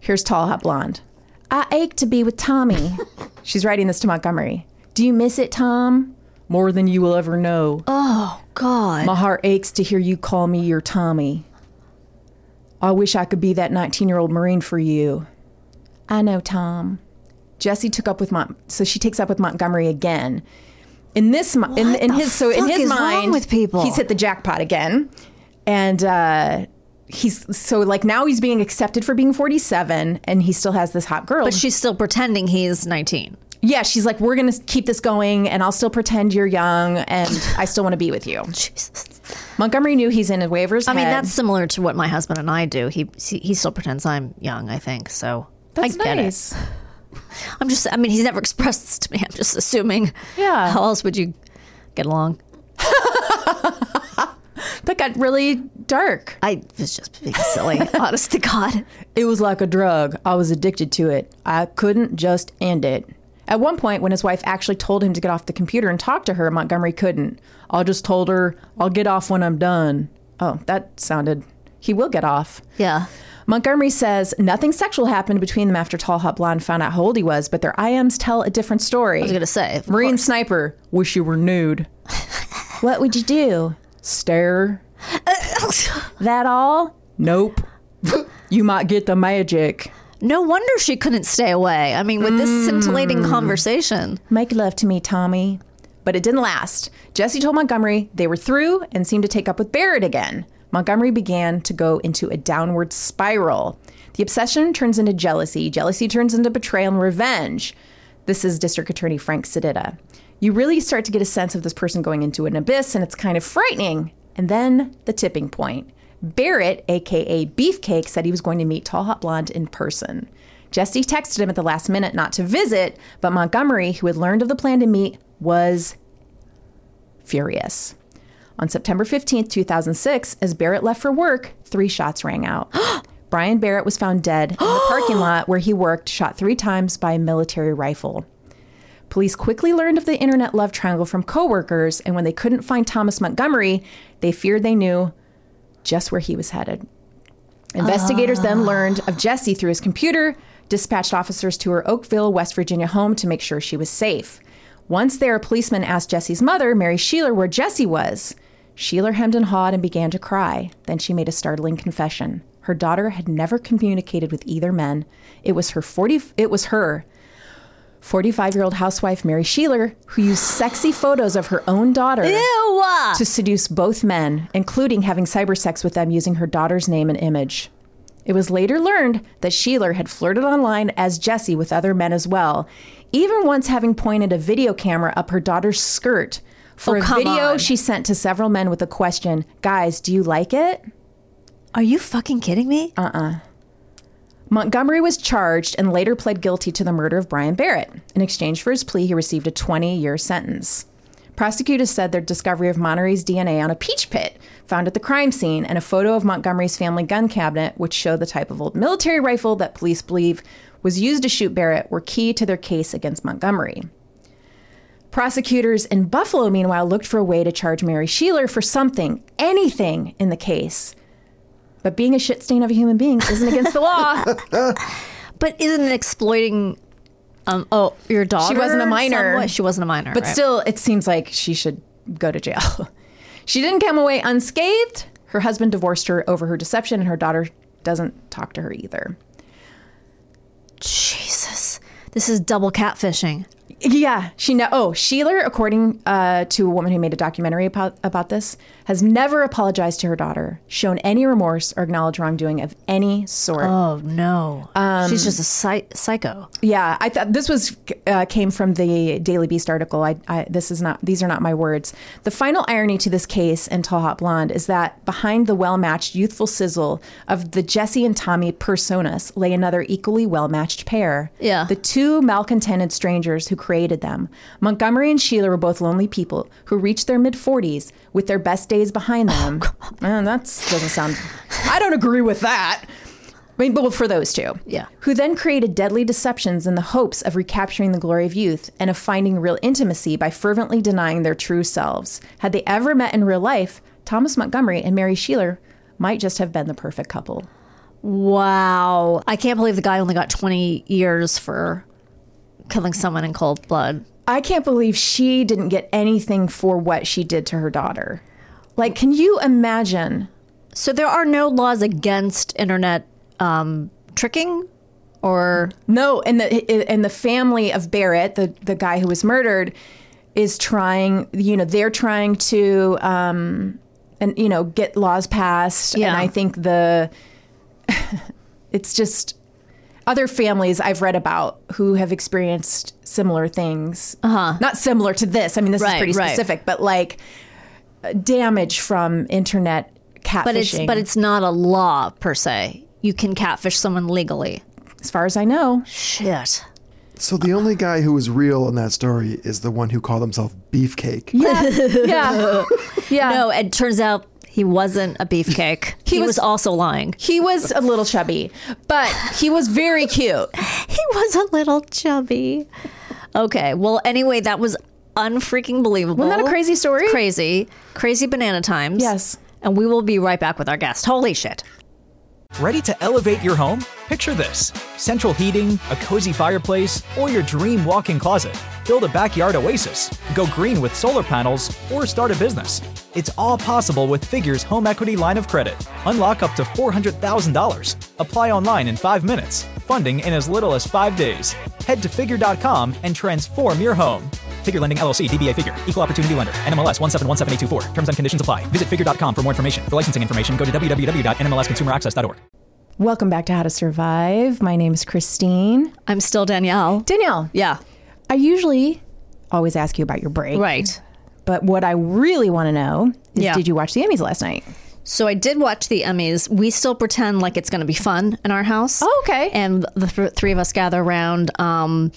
[SPEAKER 2] Here's Tall Hot Blonde. I ache to be with Tommy. She's writing this to Montgomery. Do you miss it, Tom? Oh, More than you will ever know.
[SPEAKER 3] God.
[SPEAKER 2] My heart aches to hear you call me your Tommy. I wish I could be that 19 year old Marine for you. I know, Tom. Jesse took up with Mont, so she takes up with Montgomery again. In this, mi- in, in
[SPEAKER 3] the
[SPEAKER 2] his, so in
[SPEAKER 3] fuck
[SPEAKER 2] his
[SPEAKER 3] is wrong
[SPEAKER 2] mind,
[SPEAKER 3] with people?
[SPEAKER 2] he's hit the jackpot again, and uh, he's so like now he's being accepted for being 47, and he still has this hot girl.
[SPEAKER 3] But she's still pretending he's 19.
[SPEAKER 2] yeah, she's like, we're gonna keep this going, and I'll still pretend you're young, and I still want to be with you.
[SPEAKER 3] Jesus.
[SPEAKER 2] Montgomery knew he's in a waivers.
[SPEAKER 3] I mean, that's similar to what my husband and I do. He he he still pretends I'm young, I think. So
[SPEAKER 2] That's
[SPEAKER 3] I get it.
[SPEAKER 2] nice.
[SPEAKER 3] I'm just I mean, he's never expressed this to me. I'm just assuming.
[SPEAKER 2] Yeah.
[SPEAKER 3] How else would you get along?
[SPEAKER 2] That got really dark.
[SPEAKER 3] I was just being silly. honest to God.
[SPEAKER 2] It was like a drug. I was addicted to it. I couldn't just end it. At one point, when his wife actually told him to get off the computer and talk to her, Montgomery couldn't. I just told her, I'll get off when I'm done. Oh, that sounded. He will get off.
[SPEAKER 3] Yeah.
[SPEAKER 2] Montgomery says nothing sexual happened between them after Tall Hot Blonde found out how old he was, but their IMs tell a different story. I was
[SPEAKER 3] gonna say, of
[SPEAKER 2] Marine Sniper, wish you were nude. what would you do? Stare.
[SPEAKER 3] Oh,
[SPEAKER 2] That all? Nope. you might get the magic.
[SPEAKER 3] No wonder she couldn't stay away. I mean, with this scintillating
[SPEAKER 2] Mm.
[SPEAKER 3] conversation.
[SPEAKER 2] Make love to me, Tommy. But it didn't last. Jesse told Montgomery they were through and seemed to take up with Barrett again. Montgomery began to go into a downward spiral. The obsession turns into jealousy. Jealousy turns into betrayal and revenge. This is District Attorney Frank Sedita. You really start to get a sense of this person going into an abyss, and it's kind of frightening. And then the tipping point. Barrett, aka Beefcake, said he was going to meet Tall Hot Blonde in person. Jesse texted him at the last minute not to visit, but Montgomery, who had learned of the plan to meet, was furious. On September 15th, 2006, as Barrett left for work, three shots rang out. Brian Barrett was found dead in the parking lot where he worked, shot three times by a military rifle. Police quickly learned of the internet love triangle from coworkers, and when they couldn't find Thomas Montgomery, they feared they knew just where he was headed. Investigators then learned of Jesse through his computer, dispatched officers to her Oakville, West Virginia home to make sure she was safe. Once there, a policeman asked Jesse's mother, Mary Sheeler, where Jesse was. Sheeler hemmed and hawed and began to cry. Then she made a startling confession. Her daughter had never communicated with either men. It was her 40 it was her 45-year-old housewife Mary Sheeler who used sexy photos of her own daughter to seduce both men, including having cyber sex with them using her daughter's name and image. It was later learned that Sheeler had flirted online as Jesse with other men as well, even once having pointed a video camera up her daughter's skirt for
[SPEAKER 3] Oh,
[SPEAKER 2] a
[SPEAKER 3] come
[SPEAKER 2] video
[SPEAKER 3] on.
[SPEAKER 2] she sent to several men with the question, Guys, do you like it?
[SPEAKER 3] Are you fucking kidding me?
[SPEAKER 2] Uh, Montgomery was charged and later pled guilty to the murder of Brian Barrett. In exchange for his plea, he received a 20 year sentence. Prosecutors said their discovery of Monterey's DNA on a peach pit found at the crime scene and a photo of Montgomery's family gun cabinet, which showed the type of old military rifle that police believe was used to shoot Barrett, were key to their case against Montgomery. Prosecutors in Buffalo, meanwhile, looked for a way to charge Mary Sheeler for something, anything in the case. But being a shit stain of a human being isn't against the law.
[SPEAKER 3] But isn't it exploiting? Um, oh, your daughter.
[SPEAKER 2] wasn't a
[SPEAKER 3] in some
[SPEAKER 2] minor.
[SPEAKER 3] way? She wasn't a minor.
[SPEAKER 2] But
[SPEAKER 3] right.
[SPEAKER 2] still, it seems like she should go to jail. she didn't come away unscathed. Her husband divorced her over her deception, and her daughter doesn't talk to her either.
[SPEAKER 3] Jesus, this is double catfishing.
[SPEAKER 2] Yeah, she know. Oh, Sheeler, according uh, to a woman who made a documentary about, about this, has never apologized to her daughter, shown any remorse, or acknowledged wrongdoing of any sort.
[SPEAKER 3] Oh no,
[SPEAKER 2] Um,
[SPEAKER 3] she's just a psy- psycho.
[SPEAKER 2] Yeah, I thought this was uh, came from the Daily Beast article. I, I this is not these are not my words. The final irony to this case and Tall Hot Blonde is that behind the well-matched youthful sizzle of the Jesse and Tommy personas lay another equally well-matched pair.
[SPEAKER 3] Yeah.
[SPEAKER 2] the two malcontented strangers who created them. Montgomery and Sheila were both lonely people who reached their mid-40s with their best days behind them. Man, that doesn't sound. I don't agree with that. I mean, but for those two.
[SPEAKER 3] Yeah.
[SPEAKER 2] Who then created deadly deceptions in the hopes of recapturing the glory of youth and of finding real intimacy by fervently denying their true selves. Had they ever met in real life, Thomas Montgomery and Mary Sheeler might just have been the perfect couple.
[SPEAKER 3] Wow, I can't believe the guy only got twenty years for killing someone in cold blood.
[SPEAKER 2] I can't believe she didn't get anything for what she did to her daughter. Like, can you imagine?
[SPEAKER 3] So there are no laws against internet um, tricking, or
[SPEAKER 2] No, and the and the family of Barrett, the the guy who was murdered, is trying. You know, they're trying to, um, and you know, get laws passed. And
[SPEAKER 3] Yeah.
[SPEAKER 2] I think the, it's just other families I've read about who have experienced similar things. Uh-huh. Not similar to this. I mean, this
[SPEAKER 3] Right,
[SPEAKER 2] is pretty
[SPEAKER 3] right.
[SPEAKER 2] specific, but like uh, damage from internet catfishing.
[SPEAKER 3] but it's but it's not a law per se. You can catfish someone legally.
[SPEAKER 2] as far as I know,
[SPEAKER 3] Shit.
[SPEAKER 5] So the only guy who was real in that story is the one who called himself Beefcake.
[SPEAKER 2] yeah, yeah.
[SPEAKER 3] No, it turns out he wasn't a beefcake. he was,
[SPEAKER 2] was-
[SPEAKER 3] also lying.
[SPEAKER 2] He was a little chubby, but he was very cute.
[SPEAKER 3] He was a little chubby. Okay. Well, anyway, that was unfreaking believable.
[SPEAKER 2] Wasn't that a crazy story?
[SPEAKER 3] Crazy. Crazy banana times.
[SPEAKER 2] Yes.
[SPEAKER 3] And we will be right back with our guest. Holy shit.
[SPEAKER 6] Ready to elevate your home? Picture this central heating, a cozy fireplace, or your dream walk in closet. Build a backyard oasis, go green with solar panels, or start a business. It's all possible with Figure's home equity line of credit. Unlock up to $400,000. Apply online in five minutes. Funding in as little as five days. Head to figure.com and transform your home. Figure Lending LLC, DBA Figure, Equal Opportunity Lender, NMLS 1717824. Terms and conditions apply. Visit figure.com for more information. For licensing information, go to www.nmlsconsumeraccess.org.
[SPEAKER 2] Welcome back to How to Survive. My name is Christine.
[SPEAKER 3] I'm still Danielle.
[SPEAKER 2] Danielle,
[SPEAKER 3] yeah.
[SPEAKER 2] I usually always ask you about your break,
[SPEAKER 3] Right.
[SPEAKER 2] but what I really want to know is
[SPEAKER 3] Yeah.
[SPEAKER 2] did you watch the Emmys last night?
[SPEAKER 3] So I did watch the Emmys. We still pretend like it's going to be fun in our house.
[SPEAKER 2] Oh, okay.
[SPEAKER 3] And the th- three of us gather around, um,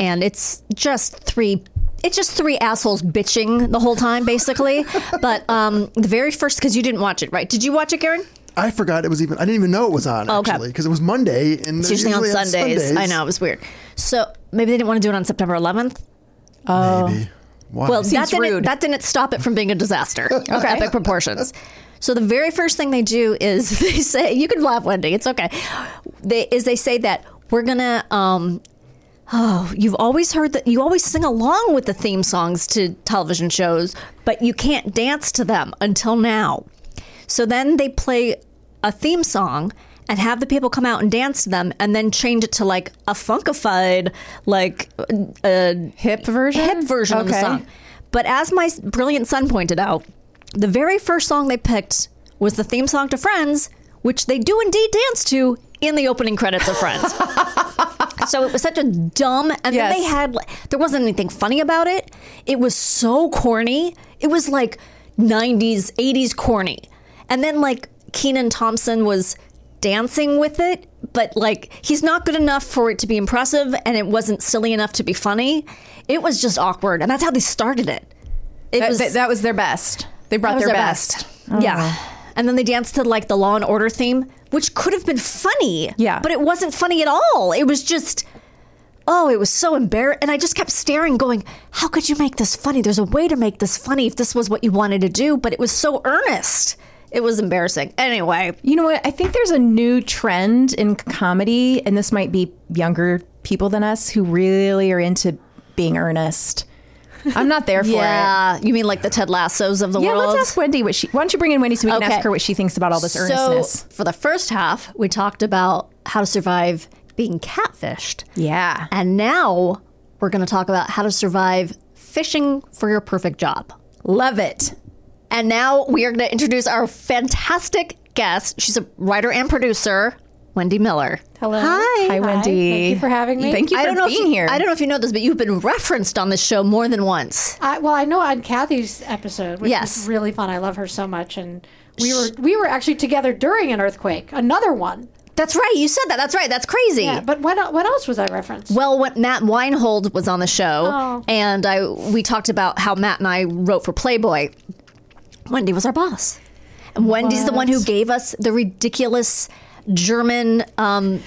[SPEAKER 3] and it's just three. It's just three assholes bitching the whole time, basically. but um, the very first, because you didn't watch it, right? Did you watch it, Karen?
[SPEAKER 5] I forgot it was even. I didn't even know it was on
[SPEAKER 3] Oh, Okay.
[SPEAKER 5] actually because it was Monday and
[SPEAKER 3] It's usually, on Sundays.
[SPEAKER 5] Sundays.
[SPEAKER 3] I know it was weird. So maybe they didn't want to do it on September 11th.
[SPEAKER 5] Maybe. Why?
[SPEAKER 3] Oh. Well, that didn't,
[SPEAKER 2] rude.
[SPEAKER 3] that didn't stop it from being a disaster. okay. Epic proportions. So the very first thing they do is they say, you can laugh, Wendy. It's okay. They, is they say that we're going to, um, oh, you've always heard that you always sing along with the theme songs to television shows, but you can't dance to them until now. So then they play a theme song and have the people come out and dance to them and then change it to like a funkified, like uh,
[SPEAKER 2] Hip version?
[SPEAKER 3] hip version of the
[SPEAKER 2] Okay.
[SPEAKER 3] song. But as my s- brilliant son pointed out, the very first song they picked was the theme song to Friends, which they do indeed dance to in the opening credits of Friends. so it was such a dumb, and
[SPEAKER 2] Yes.
[SPEAKER 3] then they had like, there wasn't anything funny about it. It was so corny. It was like '90s, '80s corny, and then like Keenan Thompson was dancing with it, but like he's not good enough for it to be impressive, and it wasn't silly enough to be funny. It was just awkward, and that's how they started it. It
[SPEAKER 2] That
[SPEAKER 3] was
[SPEAKER 2] was, that was their best. They brought
[SPEAKER 3] that was
[SPEAKER 2] their, best. Oh,
[SPEAKER 3] Yeah. And then they danced to like the Law and Order theme, which could have been funny.
[SPEAKER 2] Yeah.
[SPEAKER 3] But it wasn't funny at all. It was just, oh, it was so embarrassing. And I just kept staring, going, how could you make this funny? There's a way to make this funny if this was what you wanted to do, but it was so earnest. It was embarrassing. Anyway,
[SPEAKER 2] You know what? I think there's a new trend in comedy, and this might be younger people than us who really are into being earnest. I'm not there for it.
[SPEAKER 3] yeah. You mean like the Ted Lassos of the
[SPEAKER 2] Yeah,
[SPEAKER 3] world?
[SPEAKER 2] let's ask Wendy what she. Why don't you bring in Wendy so we can
[SPEAKER 3] Okay.
[SPEAKER 2] ask her what she thinks about all this earnestness?
[SPEAKER 3] So, for the first half, we talked about how to survive being catfished.
[SPEAKER 2] Yeah.
[SPEAKER 3] And now we're going to talk about how to survive fishing for your perfect job.
[SPEAKER 2] Love it.
[SPEAKER 3] And now we are going to introduce our fantastic guest. She's a writer and producer, Wendy Miller.
[SPEAKER 7] Hello.
[SPEAKER 2] Hi, Wendy.
[SPEAKER 7] Thank you for having me.
[SPEAKER 2] Thank you
[SPEAKER 3] I
[SPEAKER 2] for
[SPEAKER 3] don't know
[SPEAKER 2] being
[SPEAKER 3] if you,
[SPEAKER 2] here.
[SPEAKER 3] I don't know if you know this, but you've been referenced on this show more than once.
[SPEAKER 7] I, well, I know on Kathy's episode, which
[SPEAKER 3] Yes.
[SPEAKER 7] was really fun. I love her so much, and we were we were actually together during an earthquake, another one.
[SPEAKER 3] That's right. You said that. That's right. That's crazy.
[SPEAKER 7] Yeah, but what el- what else was I referenced?
[SPEAKER 3] Well, when Matt Weinhold was on the show,
[SPEAKER 7] Oh.
[SPEAKER 3] and I we talked about how Matt and I wrote for Playboy. Wendy was our boss, and Wendy's the one who gave us the ridiculous German um,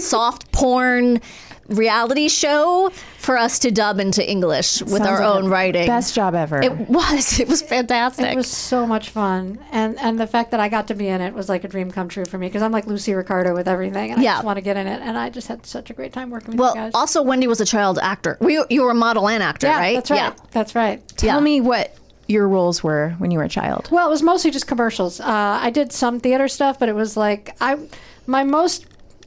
[SPEAKER 3] soft porn reality show for us to dub into English with
[SPEAKER 2] Sounds
[SPEAKER 3] our
[SPEAKER 2] like
[SPEAKER 3] own
[SPEAKER 2] the
[SPEAKER 3] writing.
[SPEAKER 2] Best job ever.
[SPEAKER 3] It was. It was fantastic.
[SPEAKER 7] It was so much fun, and and the fact that I got to be in it was like a dream come true for me because I'm like Lucy Ricardo with everything, and
[SPEAKER 3] Yeah.
[SPEAKER 7] I just want to get in it, and I just had such a great time working with
[SPEAKER 3] well,
[SPEAKER 7] you guys.
[SPEAKER 3] also Wendy was a child actor. We, you were a model and actor,
[SPEAKER 7] yeah,
[SPEAKER 3] right?
[SPEAKER 7] that's right,
[SPEAKER 3] Yeah.
[SPEAKER 7] that's right.
[SPEAKER 2] Tell
[SPEAKER 3] yeah.
[SPEAKER 2] me what your roles were when you were a child.
[SPEAKER 7] Well, it was mostly just commercials. Uh, I did some theater stuff, but it was like I, my most,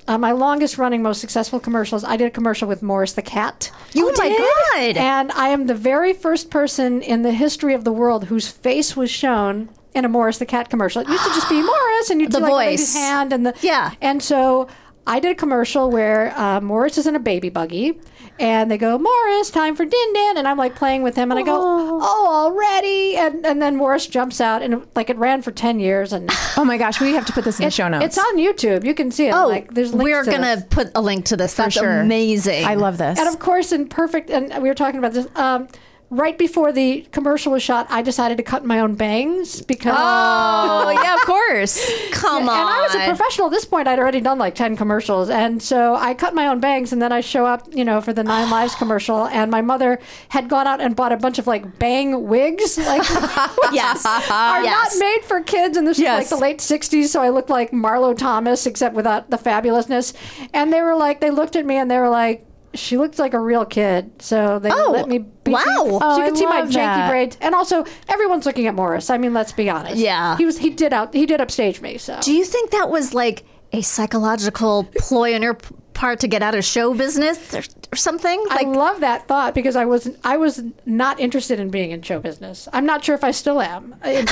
[SPEAKER 7] uh, my longest running, most successful commercials. I did a commercial with Morris the cat.
[SPEAKER 2] oh
[SPEAKER 3] You did? God.
[SPEAKER 7] And I am the very first person in the history of the world whose face was shown in a Morris the cat commercial. It used to just be Morris, and you'd
[SPEAKER 3] The
[SPEAKER 7] see, like, lady's
[SPEAKER 3] voice.
[SPEAKER 7] hand and the
[SPEAKER 3] Yeah.
[SPEAKER 7] And so. I did a commercial where uh, Morris is in a baby buggy, and they go, "Morris, time for din din," and I'm like playing with him, and I go, "Oh, already!" And and then Morris jumps out, and like it ran for ten years, and
[SPEAKER 2] Oh my gosh, we have to put this in the show notes.
[SPEAKER 7] it's on YouTube. You can see it.
[SPEAKER 3] Oh,
[SPEAKER 7] like there's links
[SPEAKER 3] we're
[SPEAKER 7] to
[SPEAKER 3] gonna
[SPEAKER 7] this.
[SPEAKER 3] put a link to this. That's
[SPEAKER 2] sure.
[SPEAKER 3] amazing.
[SPEAKER 2] I love this.
[SPEAKER 7] And of course, in perfect, and we were talking about this. Um, right before the commercial was shot, I decided to cut my own bangs because.
[SPEAKER 2] oh yeah, of course.
[SPEAKER 3] Come on.
[SPEAKER 7] And I was a professional at this point. I'd already done like 10 commercials. And so I cut my own bangs and then I show up, you know, for the Nine Lives commercial. And my mother had gone out and bought a bunch of like bang wigs, like, which
[SPEAKER 3] Yes.
[SPEAKER 7] are
[SPEAKER 3] Yes.
[SPEAKER 7] not made for kids. And this
[SPEAKER 2] Yes.
[SPEAKER 7] was like the late 60s. So I looked like Marlo Thomas, except without the fabulousness. And they were like, they looked at me and they were like, she looks like a real kid, so they
[SPEAKER 3] Oh,
[SPEAKER 7] let me. Be
[SPEAKER 3] wow.
[SPEAKER 7] So
[SPEAKER 3] Oh,
[SPEAKER 7] you can
[SPEAKER 2] I
[SPEAKER 7] see my
[SPEAKER 2] love
[SPEAKER 7] janky
[SPEAKER 2] that.
[SPEAKER 7] braids, and also everyone's looking at Morris. I mean, let's be honest.
[SPEAKER 3] Yeah.
[SPEAKER 7] he was. He did out. He did upstage me. So
[SPEAKER 3] Do you think that was like a psychological ploy on your p- part to get out of show business or, or something? Like,
[SPEAKER 7] I love that thought because I was I was not interested in being in show business. I'm not sure if I still am. Uh, but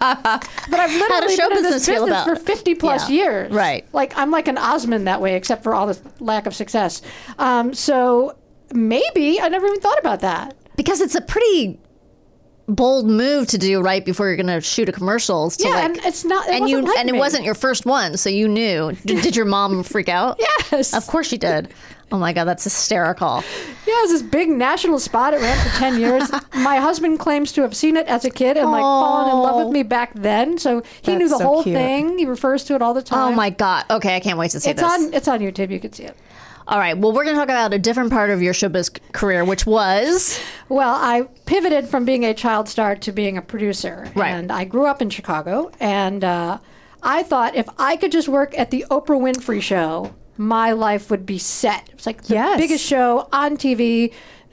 [SPEAKER 7] I've
[SPEAKER 3] How
[SPEAKER 7] literally
[SPEAKER 3] does show
[SPEAKER 7] been in this
[SPEAKER 3] business feel
[SPEAKER 7] business
[SPEAKER 3] about
[SPEAKER 7] for
[SPEAKER 3] it?
[SPEAKER 7] 50 plus
[SPEAKER 3] Yeah.
[SPEAKER 7] years.
[SPEAKER 3] Right.
[SPEAKER 7] Like I'm like an Osmond that way, except for all the lack of success. Um, so maybe I never even thought about that.
[SPEAKER 3] because it's a pretty bold move to do right before you're going to shoot a commercial. So
[SPEAKER 7] yeah,
[SPEAKER 3] like,
[SPEAKER 7] and it's not. It
[SPEAKER 3] and you
[SPEAKER 7] wasn't like
[SPEAKER 3] and it
[SPEAKER 7] me.
[SPEAKER 3] wasn't your first one, so you knew. D- did your mom freak out?
[SPEAKER 7] Yes.
[SPEAKER 3] Of course she did. Oh my god, that's hysterical.
[SPEAKER 7] Yeah, it was this big national spot. It ran for 10 years. My husband claims to have seen it as a kid and like fallen in love with me back then. So he knew
[SPEAKER 2] That's
[SPEAKER 7] the
[SPEAKER 2] so
[SPEAKER 7] whole
[SPEAKER 2] cute.
[SPEAKER 7] thing. He refers to it all the
[SPEAKER 3] Oh
[SPEAKER 7] time.
[SPEAKER 3] my god. Okay, I can't wait to see
[SPEAKER 7] It's
[SPEAKER 3] this.
[SPEAKER 7] on it's on YouTube. You can see it.
[SPEAKER 3] All right. Well, we're going to talk about a different part of your showbiz c- career, which was
[SPEAKER 7] Well, I pivoted from being a child star to being a producer.
[SPEAKER 3] Right.
[SPEAKER 7] And I grew up in Chicago, and uh, I thought if I could just work at the Oprah Winfrey Show, my life would be set. It was like the
[SPEAKER 2] Yes.
[SPEAKER 7] biggest show on TV,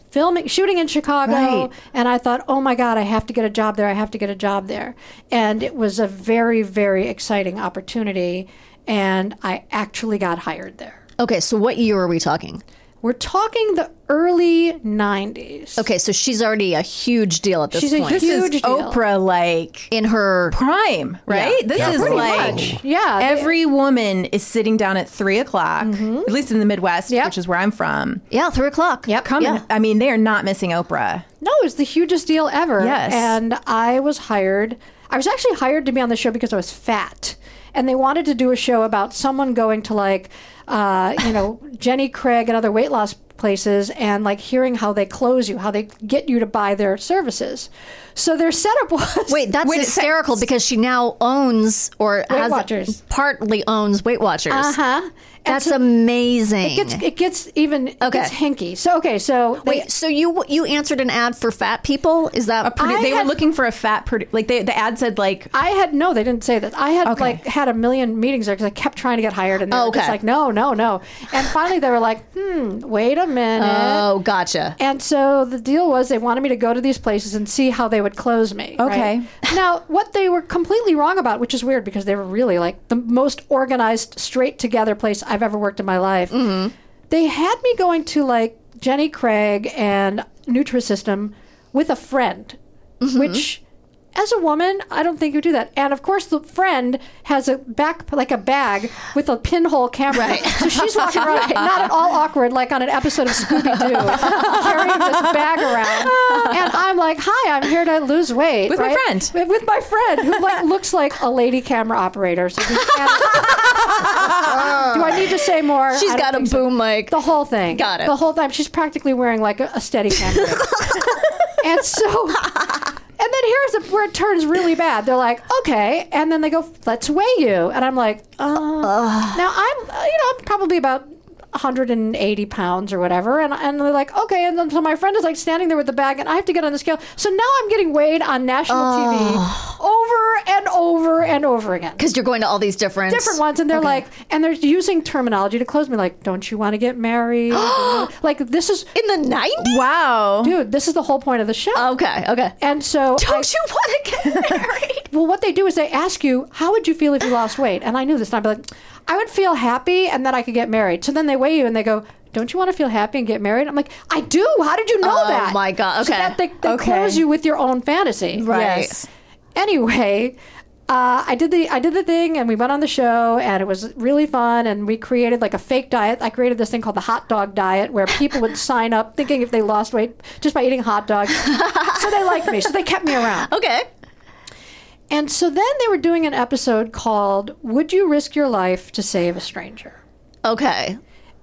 [SPEAKER 7] filming, shooting in Chicago.
[SPEAKER 2] Right.
[SPEAKER 7] And I thought, oh my God, I have to get a job there. I have to get a job there. And it was a very, very exciting opportunity, and I actually got hired there.
[SPEAKER 3] okay. So, what year are we talking?
[SPEAKER 7] We're talking the early 90s.
[SPEAKER 3] Okay, so she's already a huge deal at this
[SPEAKER 7] She's a
[SPEAKER 3] point.
[SPEAKER 7] huge
[SPEAKER 2] This is
[SPEAKER 7] deal.
[SPEAKER 2] Oprah like
[SPEAKER 3] in her
[SPEAKER 2] prime, right?
[SPEAKER 3] Yeah.
[SPEAKER 2] This
[SPEAKER 3] Yeah,
[SPEAKER 2] is
[SPEAKER 3] pretty
[SPEAKER 2] like
[SPEAKER 7] much. Yeah, they-
[SPEAKER 2] Every woman is sitting down at three o'clock,
[SPEAKER 7] Mm-hmm.
[SPEAKER 2] at least in the Midwest,
[SPEAKER 7] Yep.
[SPEAKER 2] which is where I'm from.
[SPEAKER 3] yeah three o'clock. Yep,
[SPEAKER 2] Coming,
[SPEAKER 3] Yeah.
[SPEAKER 2] I mean, they are not missing Oprah.
[SPEAKER 7] No, it was the hugest deal ever.
[SPEAKER 2] Yes.
[SPEAKER 7] And I was hired. I was actually hired to be on the show because I was fat. And they wanted to do a show about someone going to like, uh, you know, Jenny Craig and other weight loss places and like hearing how they close you, how they get you to buy their services. So their setup was
[SPEAKER 3] Wait, that's
[SPEAKER 2] Wait a sec.
[SPEAKER 3] hysterical because she now owns or has
[SPEAKER 7] Watchers.
[SPEAKER 3] partly owns Weight Watchers.
[SPEAKER 7] Uh huh.
[SPEAKER 3] Uh-huh. That's amazing.
[SPEAKER 7] It gets it gets even it
[SPEAKER 3] Okay.
[SPEAKER 7] gets hinky. So okay, so they-
[SPEAKER 3] Wait, so you you answered an ad for fat people? Is that
[SPEAKER 2] Produ-
[SPEAKER 7] I
[SPEAKER 2] they
[SPEAKER 7] had-
[SPEAKER 2] were looking for a fat produ- like they, the ad said like
[SPEAKER 7] I had no, they didn't say that. I had
[SPEAKER 2] Okay. Oh,
[SPEAKER 7] like had a million meetings there because I kept trying to get hired, and they were
[SPEAKER 3] Okay.
[SPEAKER 7] just like, no, no, no. And finally, they were like, hmm, wait a minute.
[SPEAKER 2] Uh.
[SPEAKER 3] Oh, gotcha.
[SPEAKER 7] And so the deal was they wanted me to go to these places and see how they would close me.
[SPEAKER 2] Okay.
[SPEAKER 7] right? Now, what they were completely wrong about, which is weird because they were really like the most organized, straight together place I've ever worked in my life.
[SPEAKER 2] Mm-hmm.
[SPEAKER 7] They had me going to like Jenny Craig and Nutrisystem with a friend, which. As a woman, I don't think you do that. And of course, the friend has a back, like a bag with a pinhole camera. So she's walking around, not at all awkward, like on an episode of Scooby Doo, carrying this bag around. And I'm like, "Hi, I'm here to lose weight
[SPEAKER 2] With my
[SPEAKER 7] right?
[SPEAKER 2] friend.
[SPEAKER 7] With- With my friend, who like looks like a lady camera operator." So just- do I need to say more?
[SPEAKER 3] She's
[SPEAKER 7] I don't
[SPEAKER 3] got a
[SPEAKER 7] think so.
[SPEAKER 3] boom mic.
[SPEAKER 7] The whole thing.
[SPEAKER 3] Got it.
[SPEAKER 7] The whole time. She's practically wearing like a, a steady camera. and so. And then here's a, where it turns really bad. They're like, okay. And then they go, let's weigh you. And I'm like, uh. Now I'm, uh, you know, I'm probably about 180 pounds or whatever. And, and they're like, okay. And then so my friend is like standing there with the bag and I have to get on the scale. So now I'm getting weighed on national TV over and over and over again
[SPEAKER 3] Because you're going to all these different
[SPEAKER 7] different ones, and they're like, and they're using terminology to close me, like, "Don't you want to get married?" like this is,
[SPEAKER 3] in the nineties.
[SPEAKER 2] wow
[SPEAKER 7] dude, this is the whole point of the show.
[SPEAKER 3] Okay, okay.
[SPEAKER 7] and so, I-
[SPEAKER 3] Don't you want to get married?
[SPEAKER 7] well, what they do is they ask you, "How would you feel if you lost weight?" And I knew this, and I'd be like, "I would feel happy, and then I could get married." So then they weigh you, and they go. Don't you want to feel happy and get married? I'm like, I do. How did you know
[SPEAKER 3] Oh,
[SPEAKER 7] that?
[SPEAKER 3] my God.
[SPEAKER 7] So
[SPEAKER 3] Okay.
[SPEAKER 7] that they, they
[SPEAKER 2] Okay.
[SPEAKER 7] close you with your own fantasy.
[SPEAKER 2] yes
[SPEAKER 7] anyway uh, I did the I did the thing and we went on the show and it was really fun and we created like a fake diet. I created this thing called the hot dog diet where people would sign up thinking if they lost weight just by eating hot dogs. so they liked me. So they kept me around.
[SPEAKER 3] Okay.
[SPEAKER 7] And so then they were doing an episode called Would You Risk Your Life to Save a Stranger?
[SPEAKER 3] Okay.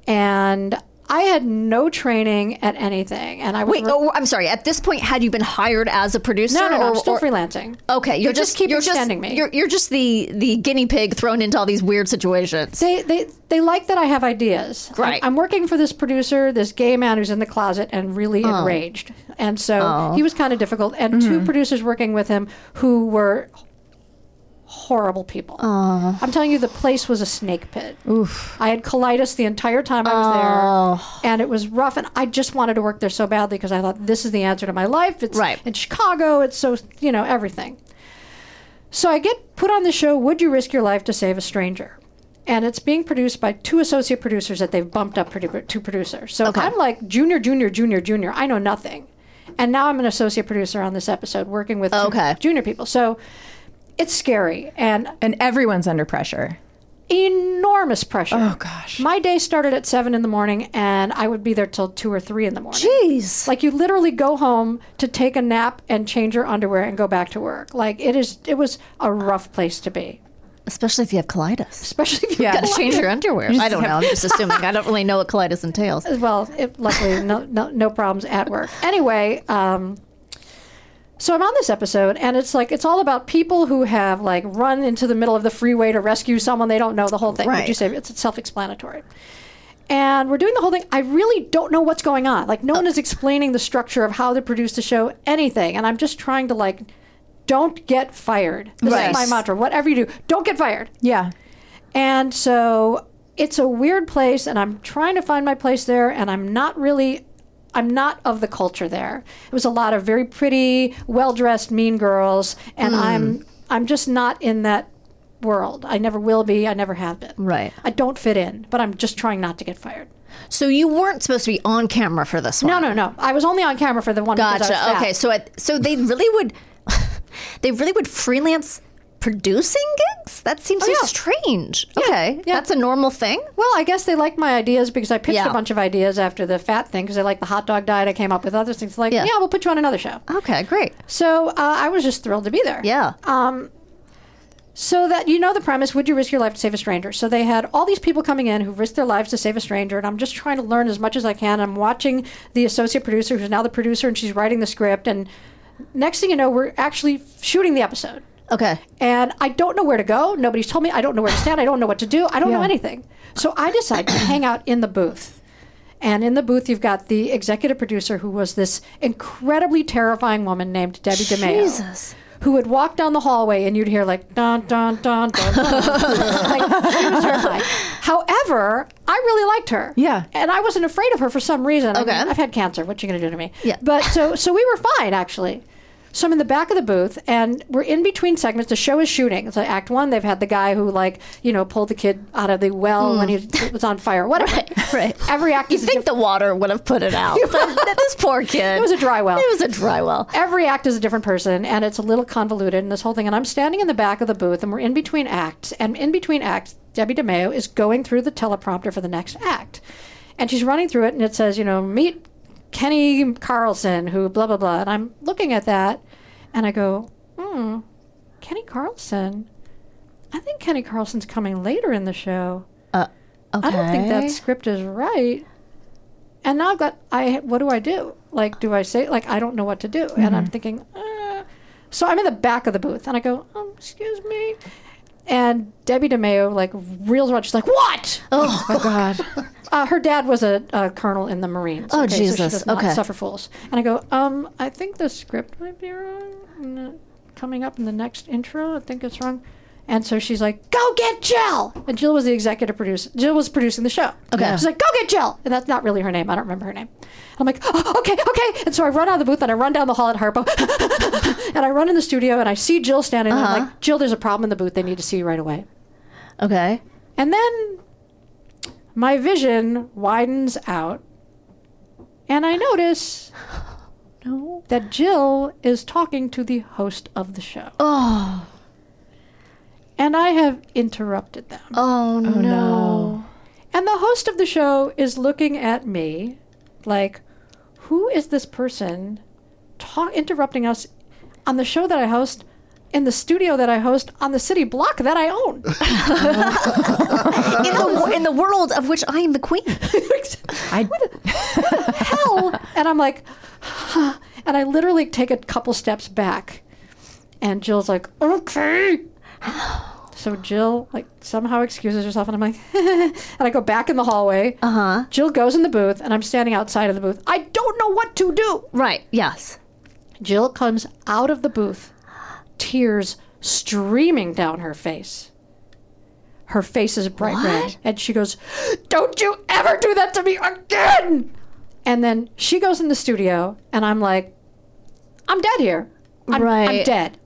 [SPEAKER 7] And I had no training at anything and I was
[SPEAKER 3] Wait, oh, I'm sorry. At this point, had you been hired as a producer?
[SPEAKER 7] no, no, no,
[SPEAKER 3] or,
[SPEAKER 7] I'm still
[SPEAKER 3] or-
[SPEAKER 7] freelancing.
[SPEAKER 3] Okay, you're
[SPEAKER 7] They just
[SPEAKER 3] just,
[SPEAKER 7] keep
[SPEAKER 3] you're
[SPEAKER 7] extending
[SPEAKER 3] just,
[SPEAKER 7] me.
[SPEAKER 3] You're, you're just the the guinea pig thrown into all these weird situations.
[SPEAKER 7] they they they like that I have ideas. I'm-
[SPEAKER 3] Right.
[SPEAKER 7] I'm, working for this producer, this gay man who's in the closet and really
[SPEAKER 3] Oh.
[SPEAKER 7] enraged, and so he was kind of difficult. And two
[SPEAKER 3] Mm.
[SPEAKER 7] producers working with him who were horrible people.
[SPEAKER 3] Oh.
[SPEAKER 7] I'm telling you, the place was a snake pit. Oof. I had colitis the entire time I was
[SPEAKER 3] Oh.
[SPEAKER 7] there, and it was rough. And I just wanted to work there so badly because I thought this is the answer to my life. It's
[SPEAKER 3] Right.
[SPEAKER 7] in Chicago. It's so you know everything. So I get put on the show Would You Risk Your Life to Save a Stranger? And it's being produced by two associate producers that they've bumped up produ- to producer. So I'm like junior, junior, junior, junior. I know nothing. And now I'm an associate producer on this episode working with two
[SPEAKER 3] Okay.
[SPEAKER 7] junior people. So it's scary and
[SPEAKER 2] and everyone's under pressure
[SPEAKER 7] enormous pressure.
[SPEAKER 2] oh gosh
[SPEAKER 7] My day started at seven in the morning, and I would be there till two or three in the morning.
[SPEAKER 3] Jeez.
[SPEAKER 7] Like you literally go home to take a nap and change your underwear and go back to work. Like it is, it was a rough place to be,
[SPEAKER 3] Especially if you have colitis.
[SPEAKER 7] especially if you
[SPEAKER 3] Got to change your underwear. I don't know. I'm just assuming. I don't really know what colitis entails.
[SPEAKER 7] well, it, luckily, no, no, no problems at work. Anyway, um, so I'm on this episode, and it's like it's all about people who have like run into the middle of the freeway to rescue someone they don't know. The whole thing, would you
[SPEAKER 3] Right.
[SPEAKER 7] say, it's self-explanatory. And we're doing the whole thing. I really don't know what's going on. Like, no one is explaining the structure of how they produce the show, anything. And I'm just trying to like, don't get fired. This
[SPEAKER 3] Right.
[SPEAKER 7] is my mantra. Whatever you do, don't get fired.
[SPEAKER 2] yeah
[SPEAKER 7] And so it's a weird place, and I'm trying to find my place there, and I'm not really. I'm not of the culture there. It was a lot of very pretty, well-dressed mean girls, and
[SPEAKER 3] Hmm.
[SPEAKER 7] I'm I'm just not in that world. I never will be. I never have been.
[SPEAKER 3] Right.
[SPEAKER 7] I don't fit in, but I'm just trying not to get fired.
[SPEAKER 3] So you weren't supposed to be on camera for this one.
[SPEAKER 7] No, no, no. I was only on camera for the one. because I was
[SPEAKER 3] Gotcha.
[SPEAKER 7] fat.
[SPEAKER 3] Okay. So at, so they really would, they really would freelance producing gigs? That seems so
[SPEAKER 7] Oh, yeah.
[SPEAKER 3] strange. okay,
[SPEAKER 7] yeah.
[SPEAKER 3] that's a normal thing.
[SPEAKER 7] Well, I guess they liked my ideas because I pitched
[SPEAKER 3] Yeah.
[SPEAKER 7] a bunch of ideas after the fat thing because they liked the hot dog diet. I came up with other things like,
[SPEAKER 3] Yeah.
[SPEAKER 7] yeah, we'll put you on another show.
[SPEAKER 3] Okay, great.
[SPEAKER 7] So uh, I was just thrilled to be there.
[SPEAKER 3] Yeah.
[SPEAKER 7] So that you know the premise, would you risk your life to save a stranger? So they had all these people coming in who risked their lives to save a stranger, and I'm just trying to learn as much as I can. I'm watching the associate producer, who's now the producer, and she's writing the script. And next thing you know, we're actually shooting the episode,
[SPEAKER 3] okay.
[SPEAKER 7] and I don't know where to go. Nobody's told me. I don't know where to stand. I don't know what to do. I don't know
[SPEAKER 2] Yeah.
[SPEAKER 7] anything. So I decide to hang out in the booth. And in the booth, you've got the executive producer, who was this incredibly terrifying woman named Debbie DeMeo
[SPEAKER 3] Jesus.
[SPEAKER 7] who would walk down the hallway and you'd hear like dun dun dun dun. dun. like she was terrifying. However, I really liked her.
[SPEAKER 2] Yeah.
[SPEAKER 7] and I wasn't afraid of her for some reason. I
[SPEAKER 3] Okay.
[SPEAKER 7] mean, I've had cancer. What you gonna do to me?
[SPEAKER 3] Yeah.
[SPEAKER 7] but so so we were fine actually. So I'm in the back of the booth, and we're in between segments. The show is shooting. So Act One, they've had the guy who like you know pulled the kid out of the well when he was on fire. Whatever.
[SPEAKER 3] Mm. right.
[SPEAKER 7] Every act
[SPEAKER 3] You
[SPEAKER 7] is a
[SPEAKER 3] think the water would have put it out, but this poor kid.
[SPEAKER 7] It was a dry well.
[SPEAKER 3] It was a dry well.
[SPEAKER 7] every act is a different person and it's a little convoluted and this whole thing and i'm standing in the back of the booth and we're in between acts and in between acts debbie demeo is going through the teleprompter for the next act and she's running through it and it says you know meet kenny carlson who blah blah blah and i'm looking at that and i go hmm kenny carlson i think kenny carlson's coming later in the show
[SPEAKER 3] Uh, Okay.
[SPEAKER 7] I don't think that script is right. And now I've got I what do I do? Like do I say like I don't know what to do? And
[SPEAKER 3] Mm-hmm.
[SPEAKER 7] I'm thinking uh. so I'm in the back of the booth and I go, um, "Excuse me." And Debbie DeMeo like reels around. She's like, "What?"
[SPEAKER 2] Oh God.
[SPEAKER 7] Uh, her dad was a, a colonel in the Marines.
[SPEAKER 3] Oh,
[SPEAKER 7] so she
[SPEAKER 3] Jesus.
[SPEAKER 7] does not
[SPEAKER 3] Okay.
[SPEAKER 7] suffer fools. And I go, um, I think the script might be wrong. N- Coming up in the next intro, I think it's wrong. And so she's like, "Go get Jill." And Jill was the executive producer. Jill was producing the show. Okay. She's like, "Go get Jill," and that's not really her name. I don't remember her name. I'm like, oh, "Okay, okay." And so I run out of the booth and I run down the hall at Harpo, and I run in the studio and I see Jill standing. there. I'm like, "Jill, there's a problem in the booth. They need to see you right away."
[SPEAKER 3] Okay.
[SPEAKER 7] And then my vision widens out, and I notice that Jill is talking to the host of the show. Oh. And I have interrupted them.
[SPEAKER 3] Oh, no.
[SPEAKER 7] And the host of the show is looking at me like, who is this person ta- interrupting us on the show that I host, in the studio that I host, on the city block that I own?
[SPEAKER 3] In, the, wo- in the world of which I am the queen.
[SPEAKER 2] I
[SPEAKER 7] hell? And I'm like, and I literally take a couple steps back. And Jill's like, okay. So Jill like somehow excuses herself, and I'm like, and I go back in the hallway. Uh huh. Jill goes in the booth, and I'm standing outside of the booth. I don't know what to do.
[SPEAKER 3] Right. Yes.
[SPEAKER 7] Jill comes out of the booth, tears streaming down her face. Her face is bright red. And she goes, Don't you ever do that to me again! And then she goes in the studio, and I'm like, I'm dead here. I'm, I'm
[SPEAKER 3] Right.
[SPEAKER 7] dead.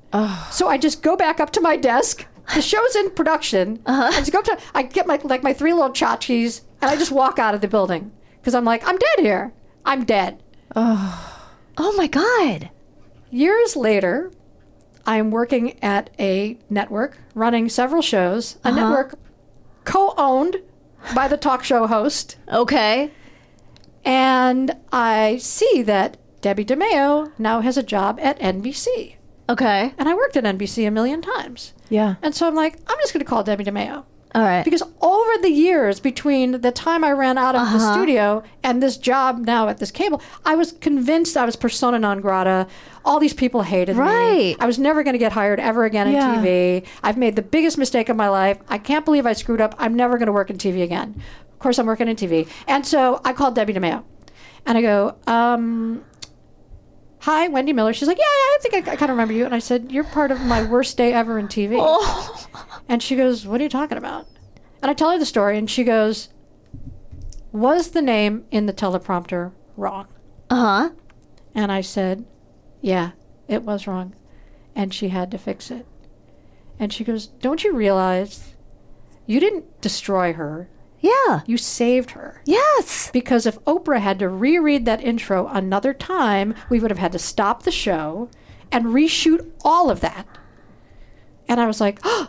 [SPEAKER 7] So I just go back up to my desk. The show's in production. I just go up to, I get my like my three little tchotchkes, and I just walk out of the building because I'm like, I'm dead here. I'm dead.
[SPEAKER 3] Oh my God.
[SPEAKER 7] Years later, I'm working at a network running several shows, a
[SPEAKER 3] Uh-huh.
[SPEAKER 7] network co owned by the talk show host.
[SPEAKER 3] Okay.
[SPEAKER 7] And I see that Debbie DeMeo now has a job at NBC.
[SPEAKER 3] Okay.
[SPEAKER 7] And I worked at NBC a million times.
[SPEAKER 2] yeah.
[SPEAKER 7] And so I'm like, I'm just going to call Debbie DeMeo.
[SPEAKER 3] All right.
[SPEAKER 7] Because over the years between the time I ran out of
[SPEAKER 3] Uh-huh.
[SPEAKER 7] the studio and this job now at this cable, I was convinced I was persona non grata. All these people hated me.
[SPEAKER 3] Right.
[SPEAKER 7] I was never going to get hired ever again in
[SPEAKER 2] Yeah.
[SPEAKER 7] TV. I've made the biggest mistake of my life. I can't believe I screwed up. I'm never going to work in TV again. Of course, I'm working in TV. And so I called Debbie DeMeo and I go, um, Hi, Wendy Miller. She's like, Yeah, yeah, I think I, I kind of remember you. And I said, You're part of my worst day ever in TV. And she goes, What are you talking about? And I tell her the story, and she goes, Was the name in the teleprompter wrong?
[SPEAKER 3] Uh huh.
[SPEAKER 7] And I said, Yeah, it was wrong. And she had to fix it. And she goes, Don't you realize you didn't destroy her?
[SPEAKER 3] Yeah.
[SPEAKER 7] You saved her.
[SPEAKER 3] Yes.
[SPEAKER 7] Because if Oprah had to reread that intro another time, we would have had to stop the show and reshoot all of that. And I was like, oh,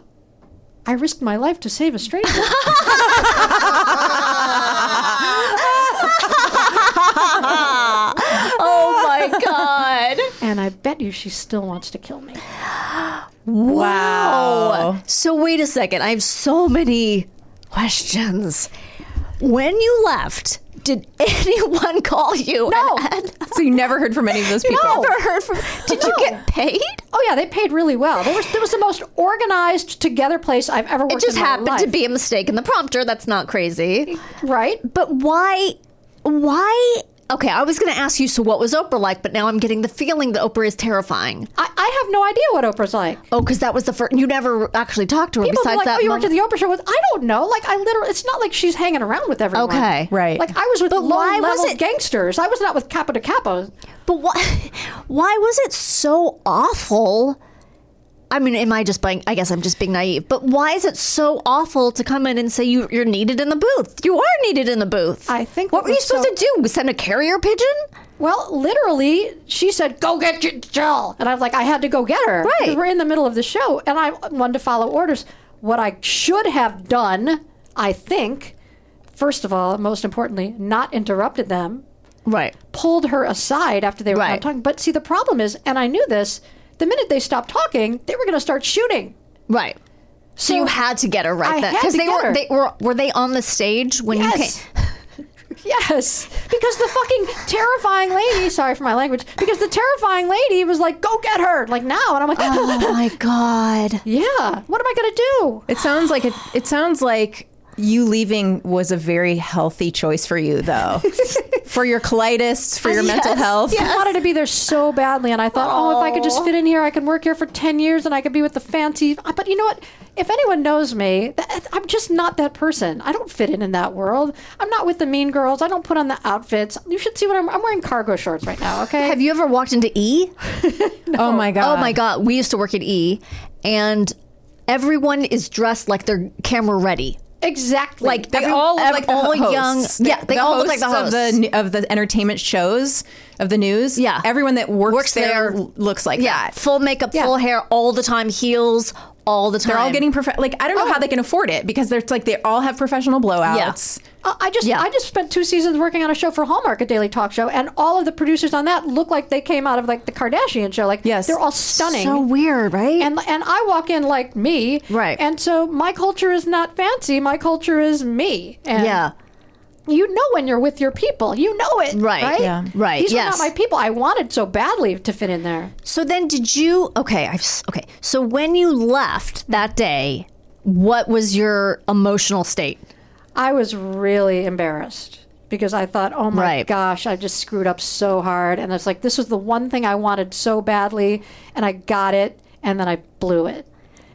[SPEAKER 7] I risked my life to save a stranger.
[SPEAKER 3] Oh my god.
[SPEAKER 7] and I bet you she still wants to kill me.
[SPEAKER 3] Wow. So wait a second. I have so many questions. When you left, did anyone call you? No.
[SPEAKER 2] So you never heard from any of those people.
[SPEAKER 3] Never heard from. Did you get paid?
[SPEAKER 7] Oh yeah, they paid really well. They were, it was the most organized together place I've ever worked.
[SPEAKER 3] It just
[SPEAKER 7] in my
[SPEAKER 3] happened to
[SPEAKER 7] life.
[SPEAKER 3] be a mistake in the prompter. That's not crazy.
[SPEAKER 7] right.
[SPEAKER 3] But why? Why? Okay, I was going to ask you. So, what was Oprah like? But now I'm getting the feeling that Oprah is terrifying.
[SPEAKER 7] I, I have no idea what Oprah's like.
[SPEAKER 3] Oh, because that was the first. You never actually talked to her.
[SPEAKER 7] People are
[SPEAKER 3] besides
[SPEAKER 7] like,
[SPEAKER 3] that,
[SPEAKER 7] oh, you
[SPEAKER 3] moment.
[SPEAKER 7] worked at the Oprah show with. I don't know. Like I literally, it's not like she's hanging around with everyone.
[SPEAKER 3] Okay.
[SPEAKER 2] Right.
[SPEAKER 7] Like I was with
[SPEAKER 3] But
[SPEAKER 7] low
[SPEAKER 3] why was
[SPEAKER 7] level
[SPEAKER 3] it-
[SPEAKER 7] gangsters. I was not with Kappa to Kappa.
[SPEAKER 3] But why, why was it so awful? I mean, am I just being, I guess I'm just being naive, but why is it so awful to come in and say you, you're needed in the booth? You are needed in the booth.
[SPEAKER 7] I think
[SPEAKER 3] What
[SPEAKER 7] what
[SPEAKER 3] were you
[SPEAKER 7] was
[SPEAKER 3] supposed
[SPEAKER 7] so-
[SPEAKER 3] to do? Send a carrier pigeon?
[SPEAKER 7] Well, literally, she said, "Go get your Jill," and I was like, "I had to go get her."
[SPEAKER 3] Right.
[SPEAKER 7] Because We're in the middle of the show, and I wanted to follow orders. What I should have done, I think, first of all, most importantly, not interrupted them.
[SPEAKER 3] Right.
[SPEAKER 7] Pulled her aside after they were
[SPEAKER 3] Right.
[SPEAKER 7] done talking. But see, the problem is, and I knew this. The minute they stopped talking, they were going to start shooting.
[SPEAKER 3] Right. So, you had to get her
[SPEAKER 7] I
[SPEAKER 3] right then.
[SPEAKER 7] had to
[SPEAKER 3] they
[SPEAKER 7] get
[SPEAKER 3] were,
[SPEAKER 7] her.
[SPEAKER 3] they were, were they on the stage when you
[SPEAKER 7] Yes.
[SPEAKER 3] came?
[SPEAKER 7] Yes, because the fucking terrifying lady. Sorry for my language. Because the terrifying lady was like, "Go get her!" Like now, and I'm like,
[SPEAKER 3] Oh my God.
[SPEAKER 7] "Yeah, what am I gonna do?"
[SPEAKER 2] It sounds like it. It sounds like you leaving was a very healthy choice for you, though, for your colitis, for your mental health.
[SPEAKER 7] I wanted to be there so badly, and I thought, oh, if I could just fit in here, I can work here for ten years, and I could be with the fancy. But you know what? If anyone knows me, th- I'm just not that person. I don't fit in in that world. I'm not with the mean girls. I don't put on the outfits. You should see what I'm. I'm wearing cargo shorts right now. Okay.
[SPEAKER 3] Have you ever walked into E?
[SPEAKER 2] Oh my god.
[SPEAKER 3] Oh my god, we used to work at E, and everyone is dressed like they're camera ready.
[SPEAKER 7] exactly.
[SPEAKER 3] Like
[SPEAKER 2] They
[SPEAKER 3] every-
[SPEAKER 2] all look
[SPEAKER 3] ev-
[SPEAKER 2] like the
[SPEAKER 3] all
[SPEAKER 2] hosts.
[SPEAKER 3] young.
[SPEAKER 2] The-
[SPEAKER 3] yeah, they all look like the
[SPEAKER 2] hosts
[SPEAKER 3] hosts.
[SPEAKER 2] of the of the entertainment shows of the news.
[SPEAKER 3] Yeah.
[SPEAKER 2] everyone that works,
[SPEAKER 3] Works
[SPEAKER 2] there,
[SPEAKER 3] there.
[SPEAKER 2] looks like
[SPEAKER 3] yeah,
[SPEAKER 2] that.
[SPEAKER 3] full makeup, full hair all the time, heels all the time. Oh.
[SPEAKER 2] They're all getting prof- like I don't know how they can afford it because they're it's like they all have professional blowouts.
[SPEAKER 7] Uh, I just
[SPEAKER 3] Yeah.
[SPEAKER 7] I just spent two seasons working on a show for Hallmark, a daily talk show, and all of the producers on that look like they came out of like the Kardashian show. Like
[SPEAKER 2] Yes.
[SPEAKER 7] they're all stunning.
[SPEAKER 3] so weird, right?
[SPEAKER 7] and and I walk in like me,
[SPEAKER 3] Right.
[SPEAKER 7] And so my culture is not fancy. My culture is me. And
[SPEAKER 3] yeah,
[SPEAKER 7] you know when you're with your people, you know it,
[SPEAKER 3] Right.
[SPEAKER 7] right?
[SPEAKER 3] Yeah. Right.
[SPEAKER 7] These
[SPEAKER 3] Yes.
[SPEAKER 7] are not my people. I wanted so badly to fit in there.
[SPEAKER 3] So then, did you? Okay, I've s- okay. So when you left that day, what was your emotional state?
[SPEAKER 7] I was really embarrassed because I thought, oh my
[SPEAKER 3] Right.
[SPEAKER 7] gosh, I just screwed up so hard. And it's like, this was the one thing I wanted so badly, and I got it, and then I blew it.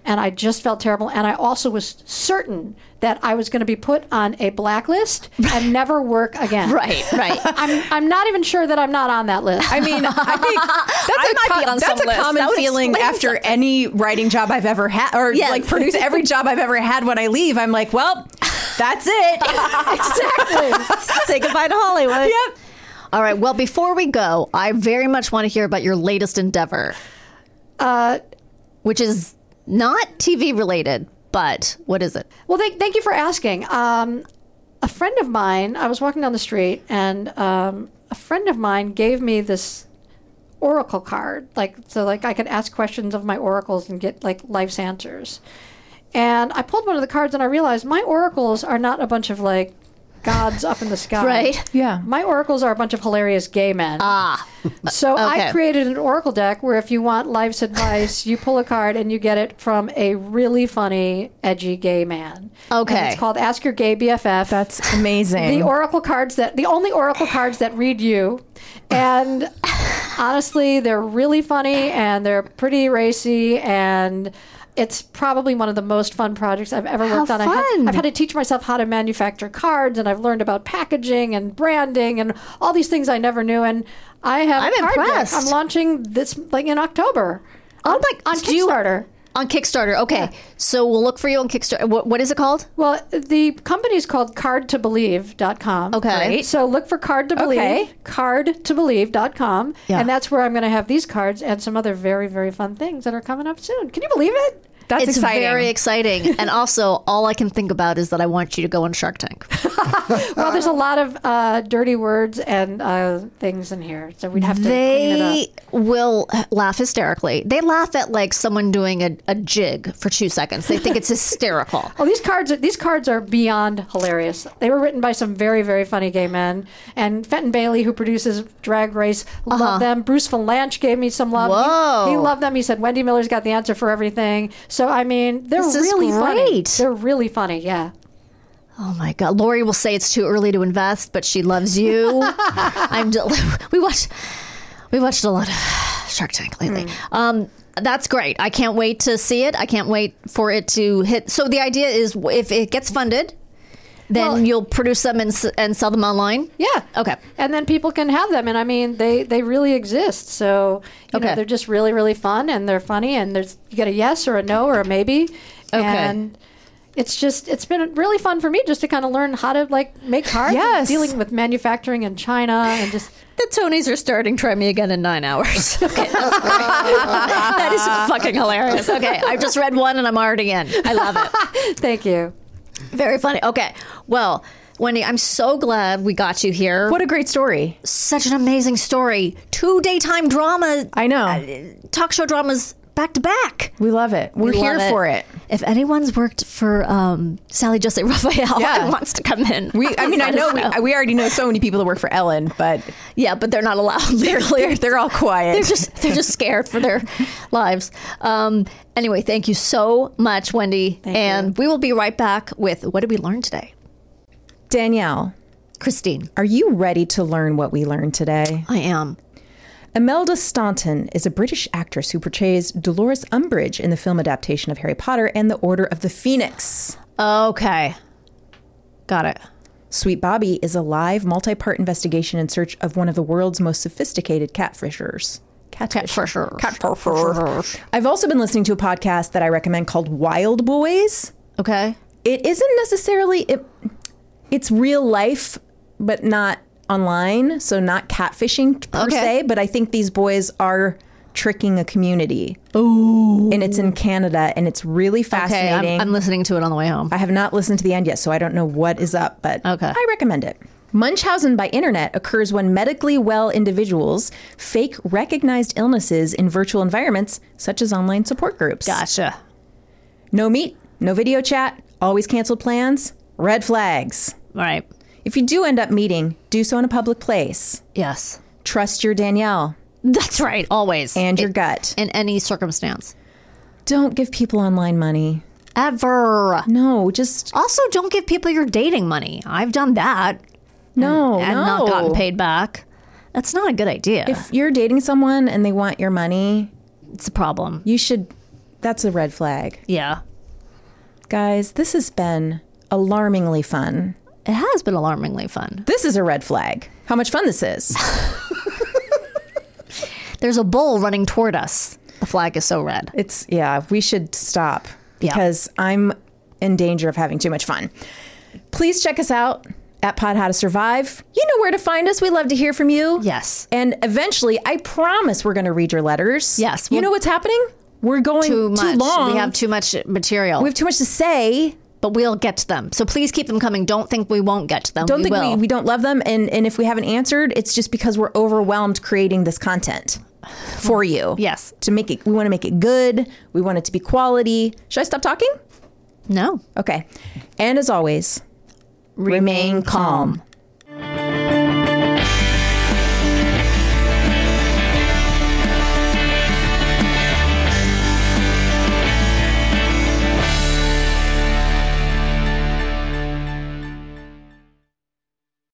[SPEAKER 7] And I just felt terrible. And I also was certain that I was going to be put on a blacklist and never work again.
[SPEAKER 3] Right, right.
[SPEAKER 7] I'm, I'm not even sure that I'm not on that list.
[SPEAKER 2] I mean, I think that's
[SPEAKER 3] I
[SPEAKER 2] a,
[SPEAKER 3] might be on
[SPEAKER 2] that's
[SPEAKER 3] some
[SPEAKER 2] a
[SPEAKER 3] list.
[SPEAKER 2] common
[SPEAKER 3] That would
[SPEAKER 2] feeling
[SPEAKER 3] explain
[SPEAKER 2] after any writing job I've ever had, or
[SPEAKER 3] Yes.
[SPEAKER 2] like produce every job I've ever had. When I leave, I'm like, well, that's it. exactly.
[SPEAKER 3] Say goodbye to Hollywood.
[SPEAKER 2] Yep.
[SPEAKER 3] All right. Well, before we go, I very much want to hear about your latest endeavor,
[SPEAKER 7] Uh,
[SPEAKER 3] which is not TV related, but what is it?
[SPEAKER 7] Well, thank, thank you for asking. Um, a friend of mine, I was walking down the street, and um, a friend of mine gave me this oracle card, like so, like I could ask questions of my oracles and get like life's answers. And I pulled one of the cards, and I realized my oracles are not a bunch of like gods up in the sky,
[SPEAKER 3] Right.
[SPEAKER 2] Yeah.
[SPEAKER 7] My oracles are a bunch of hilarious gay men. Ah. So
[SPEAKER 3] Uh, Okay.
[SPEAKER 7] I created an oracle deck where if you want life's advice, you pull a card and you get it from a really funny, edgy gay man. And
[SPEAKER 3] Okay.
[SPEAKER 7] it's called Ask Your Gay BFF.
[SPEAKER 2] That's amazing.
[SPEAKER 7] the oracle cards that the only oracle cards that read you, and honestly, they're really funny and they're pretty racy and. It's probably one of the most fun projects I've ever worked on. I
[SPEAKER 3] fun.
[SPEAKER 7] had, I've had to teach myself how to manufacture cards, and I've learned about packaging and branding and all these things I never knew. And I have
[SPEAKER 3] I'm
[SPEAKER 7] a card deck.
[SPEAKER 3] impressed.
[SPEAKER 7] I'm launching this like in October.
[SPEAKER 3] Oh my!
[SPEAKER 7] on
[SPEAKER 3] do you-
[SPEAKER 7] Kickstarter.
[SPEAKER 3] on Kickstarter. Okay. So we'll look for you on Kickstarter. What, what is it called?
[SPEAKER 7] Well, the company is called cardtobelieve.com.
[SPEAKER 3] Okay. Great.
[SPEAKER 7] So look for Card to Believe,
[SPEAKER 2] Okay.
[SPEAKER 7] cardtobelieve.com.
[SPEAKER 3] Yeah.
[SPEAKER 7] And that's where I'm going to have these cards and some other very, very fun things that are coming up soon. Can you believe it?
[SPEAKER 2] That's
[SPEAKER 3] it's
[SPEAKER 2] exciting.
[SPEAKER 3] very exciting. and also, all I can think about is that I want you to go on Shark Tank.
[SPEAKER 7] Well, there's a lot of uh, dirty words and uh, things in here, so we'd have to clean it
[SPEAKER 3] They
[SPEAKER 7] up.
[SPEAKER 3] will laugh hysterically. They laugh at like someone doing a, a jig for two seconds. They think it's hysterical.
[SPEAKER 7] Oh, these cards! are- These cards are beyond hilarious. They were written by some very, very funny gay men, and Fenton Bailey, who produces Drag Race, loved them. Bruce Valanche gave me some love. He, he
[SPEAKER 3] Uh-huh. Whoa.
[SPEAKER 7] loved them. He said Wendy Miller's got the answer for everything. So I mean, they're
[SPEAKER 3] This is
[SPEAKER 7] really funny.
[SPEAKER 3] great.
[SPEAKER 7] They're really funny. Yeah.
[SPEAKER 3] Oh my God. Lori will say it's too early to invest, but she loves you. I'm del- we watched we watched a lot of Shark Tank lately. Um, that's great. I can't wait to see it. I can't wait for it to hit. So the idea is w- if it gets funded, then you'll produce them and, s- and sell them online.
[SPEAKER 7] Yeah.
[SPEAKER 3] Okay.
[SPEAKER 7] And then people can have them, and I mean, they they really exist. So you know,
[SPEAKER 3] Okay.
[SPEAKER 7] they're just really really fun, and they're funny, and there's you get a yes or a no or a maybe.
[SPEAKER 3] Okay.
[SPEAKER 7] And it's just it's been really fun for me just to kind of learn how to like make cards. and
[SPEAKER 2] Yes.
[SPEAKER 7] Dealing with manufacturing in China and just
[SPEAKER 3] The Tonys are starting. Try me again in nine hours. Okay, that's great. that is fucking hilarious. Okay, I've just read one and I'm already in. I love it.
[SPEAKER 7] thank you.
[SPEAKER 3] Very funny. Okay. Well, Wendy, I'm so glad we got you here.
[SPEAKER 2] What a great story.
[SPEAKER 3] such an amazing story. Two daytime drama
[SPEAKER 2] I know.
[SPEAKER 3] talk show dramas back to back.
[SPEAKER 2] we love it. We're
[SPEAKER 3] We
[SPEAKER 2] here
[SPEAKER 3] love
[SPEAKER 2] for it.
[SPEAKER 3] If anyone's worked for um, Sally Jesse Raphael
[SPEAKER 2] Yeah.
[SPEAKER 3] and wants to come in,
[SPEAKER 2] We, I mean, I
[SPEAKER 3] let us
[SPEAKER 2] know we, we already know so many people that work for Ellen, but
[SPEAKER 3] yeah, but they're not allowed. Literally,
[SPEAKER 2] they're, they're all quiet.
[SPEAKER 3] they're just they're just scared for their lives. Um, anyway, thank you so much, Wendy, and we will be right back with what did we learn today,
[SPEAKER 2] Danielle,
[SPEAKER 3] Christine?
[SPEAKER 2] are you ready to learn what we learned today?
[SPEAKER 3] I am.
[SPEAKER 2] Imelda Staunton is a British actress who portrays Dolores Umbridge in the film adaptation of Harry Potter and the Order of the Phoenix.
[SPEAKER 3] Okay, got it.
[SPEAKER 2] Sweet Bobby is a live, multi part investigation in search of one of the world's most sophisticated catfishers.
[SPEAKER 3] Catfisher.
[SPEAKER 2] Catfisher. I've also been listening to a podcast that I recommend called Wild Boys.
[SPEAKER 3] Okay.
[SPEAKER 2] It isn't necessarily it, it's real life, but not online, so not catfishing per
[SPEAKER 3] Okay.
[SPEAKER 2] se. But I think these boys are tricking a community. Oh, and it's in Canada, and it's really
[SPEAKER 3] Okay, I'm,
[SPEAKER 2] fascinating.
[SPEAKER 3] I'm listening to it on the way home.
[SPEAKER 2] I have not listened to the end yet, so I don't know what is up, but
[SPEAKER 3] Okay.
[SPEAKER 2] I recommend it. Munchausen by internet occurs when medically well individuals fake recognized illnesses in virtual environments, such as online support groups.
[SPEAKER 3] Gotcha.
[SPEAKER 2] No meet, no video chat, always canceled plans, red flags.
[SPEAKER 3] All right.
[SPEAKER 2] If you do end up meeting, do so in a public place.
[SPEAKER 3] Yes.
[SPEAKER 2] Trust your Danielle
[SPEAKER 3] That's right. Always.
[SPEAKER 2] and your gut.
[SPEAKER 3] in any circumstance.
[SPEAKER 2] Don't give people online money.
[SPEAKER 3] Ever.
[SPEAKER 2] No, just
[SPEAKER 3] Also, don't give people your dating money. I've done that
[SPEAKER 2] no.
[SPEAKER 3] and
[SPEAKER 2] no.
[SPEAKER 3] not gotten paid back. That's not a good idea.
[SPEAKER 2] If you're dating someone and they want your money,
[SPEAKER 3] it's a problem.
[SPEAKER 2] you should. That's a red flag.
[SPEAKER 3] Yeah.
[SPEAKER 2] Guys, this has been alarmingly fun.
[SPEAKER 3] It has been alarmingly fun.
[SPEAKER 2] This is a red flag. How much fun this is.
[SPEAKER 3] There's a bull running toward us. The flag is so red.
[SPEAKER 2] It's yeah, we should stop
[SPEAKER 3] Yeah.
[SPEAKER 2] because I'm in danger of having too much fun. Please check us out at Pod How to Survive. You know where to find us. We love to hear from you.
[SPEAKER 3] Yes.
[SPEAKER 2] And eventually, I promise we're going to read your letters.
[SPEAKER 3] Yes,
[SPEAKER 2] you
[SPEAKER 3] we'll-
[SPEAKER 2] know what's happening? We're going
[SPEAKER 3] Too much.
[SPEAKER 2] long.
[SPEAKER 3] We have too much material.
[SPEAKER 2] we have too much to say.
[SPEAKER 3] but we'll get to them. So please keep them coming. Don't think we won't get to them.
[SPEAKER 2] Don't
[SPEAKER 3] we
[SPEAKER 2] think
[SPEAKER 3] will.
[SPEAKER 2] we, we don't love them. And, and if we haven't answered, it's just because we're overwhelmed creating this content for you.
[SPEAKER 3] Yes.
[SPEAKER 2] To make it, we want to make it good. We want it to be quality. Should I stop talking?
[SPEAKER 3] No.
[SPEAKER 2] Okay. And as always, remain, calm.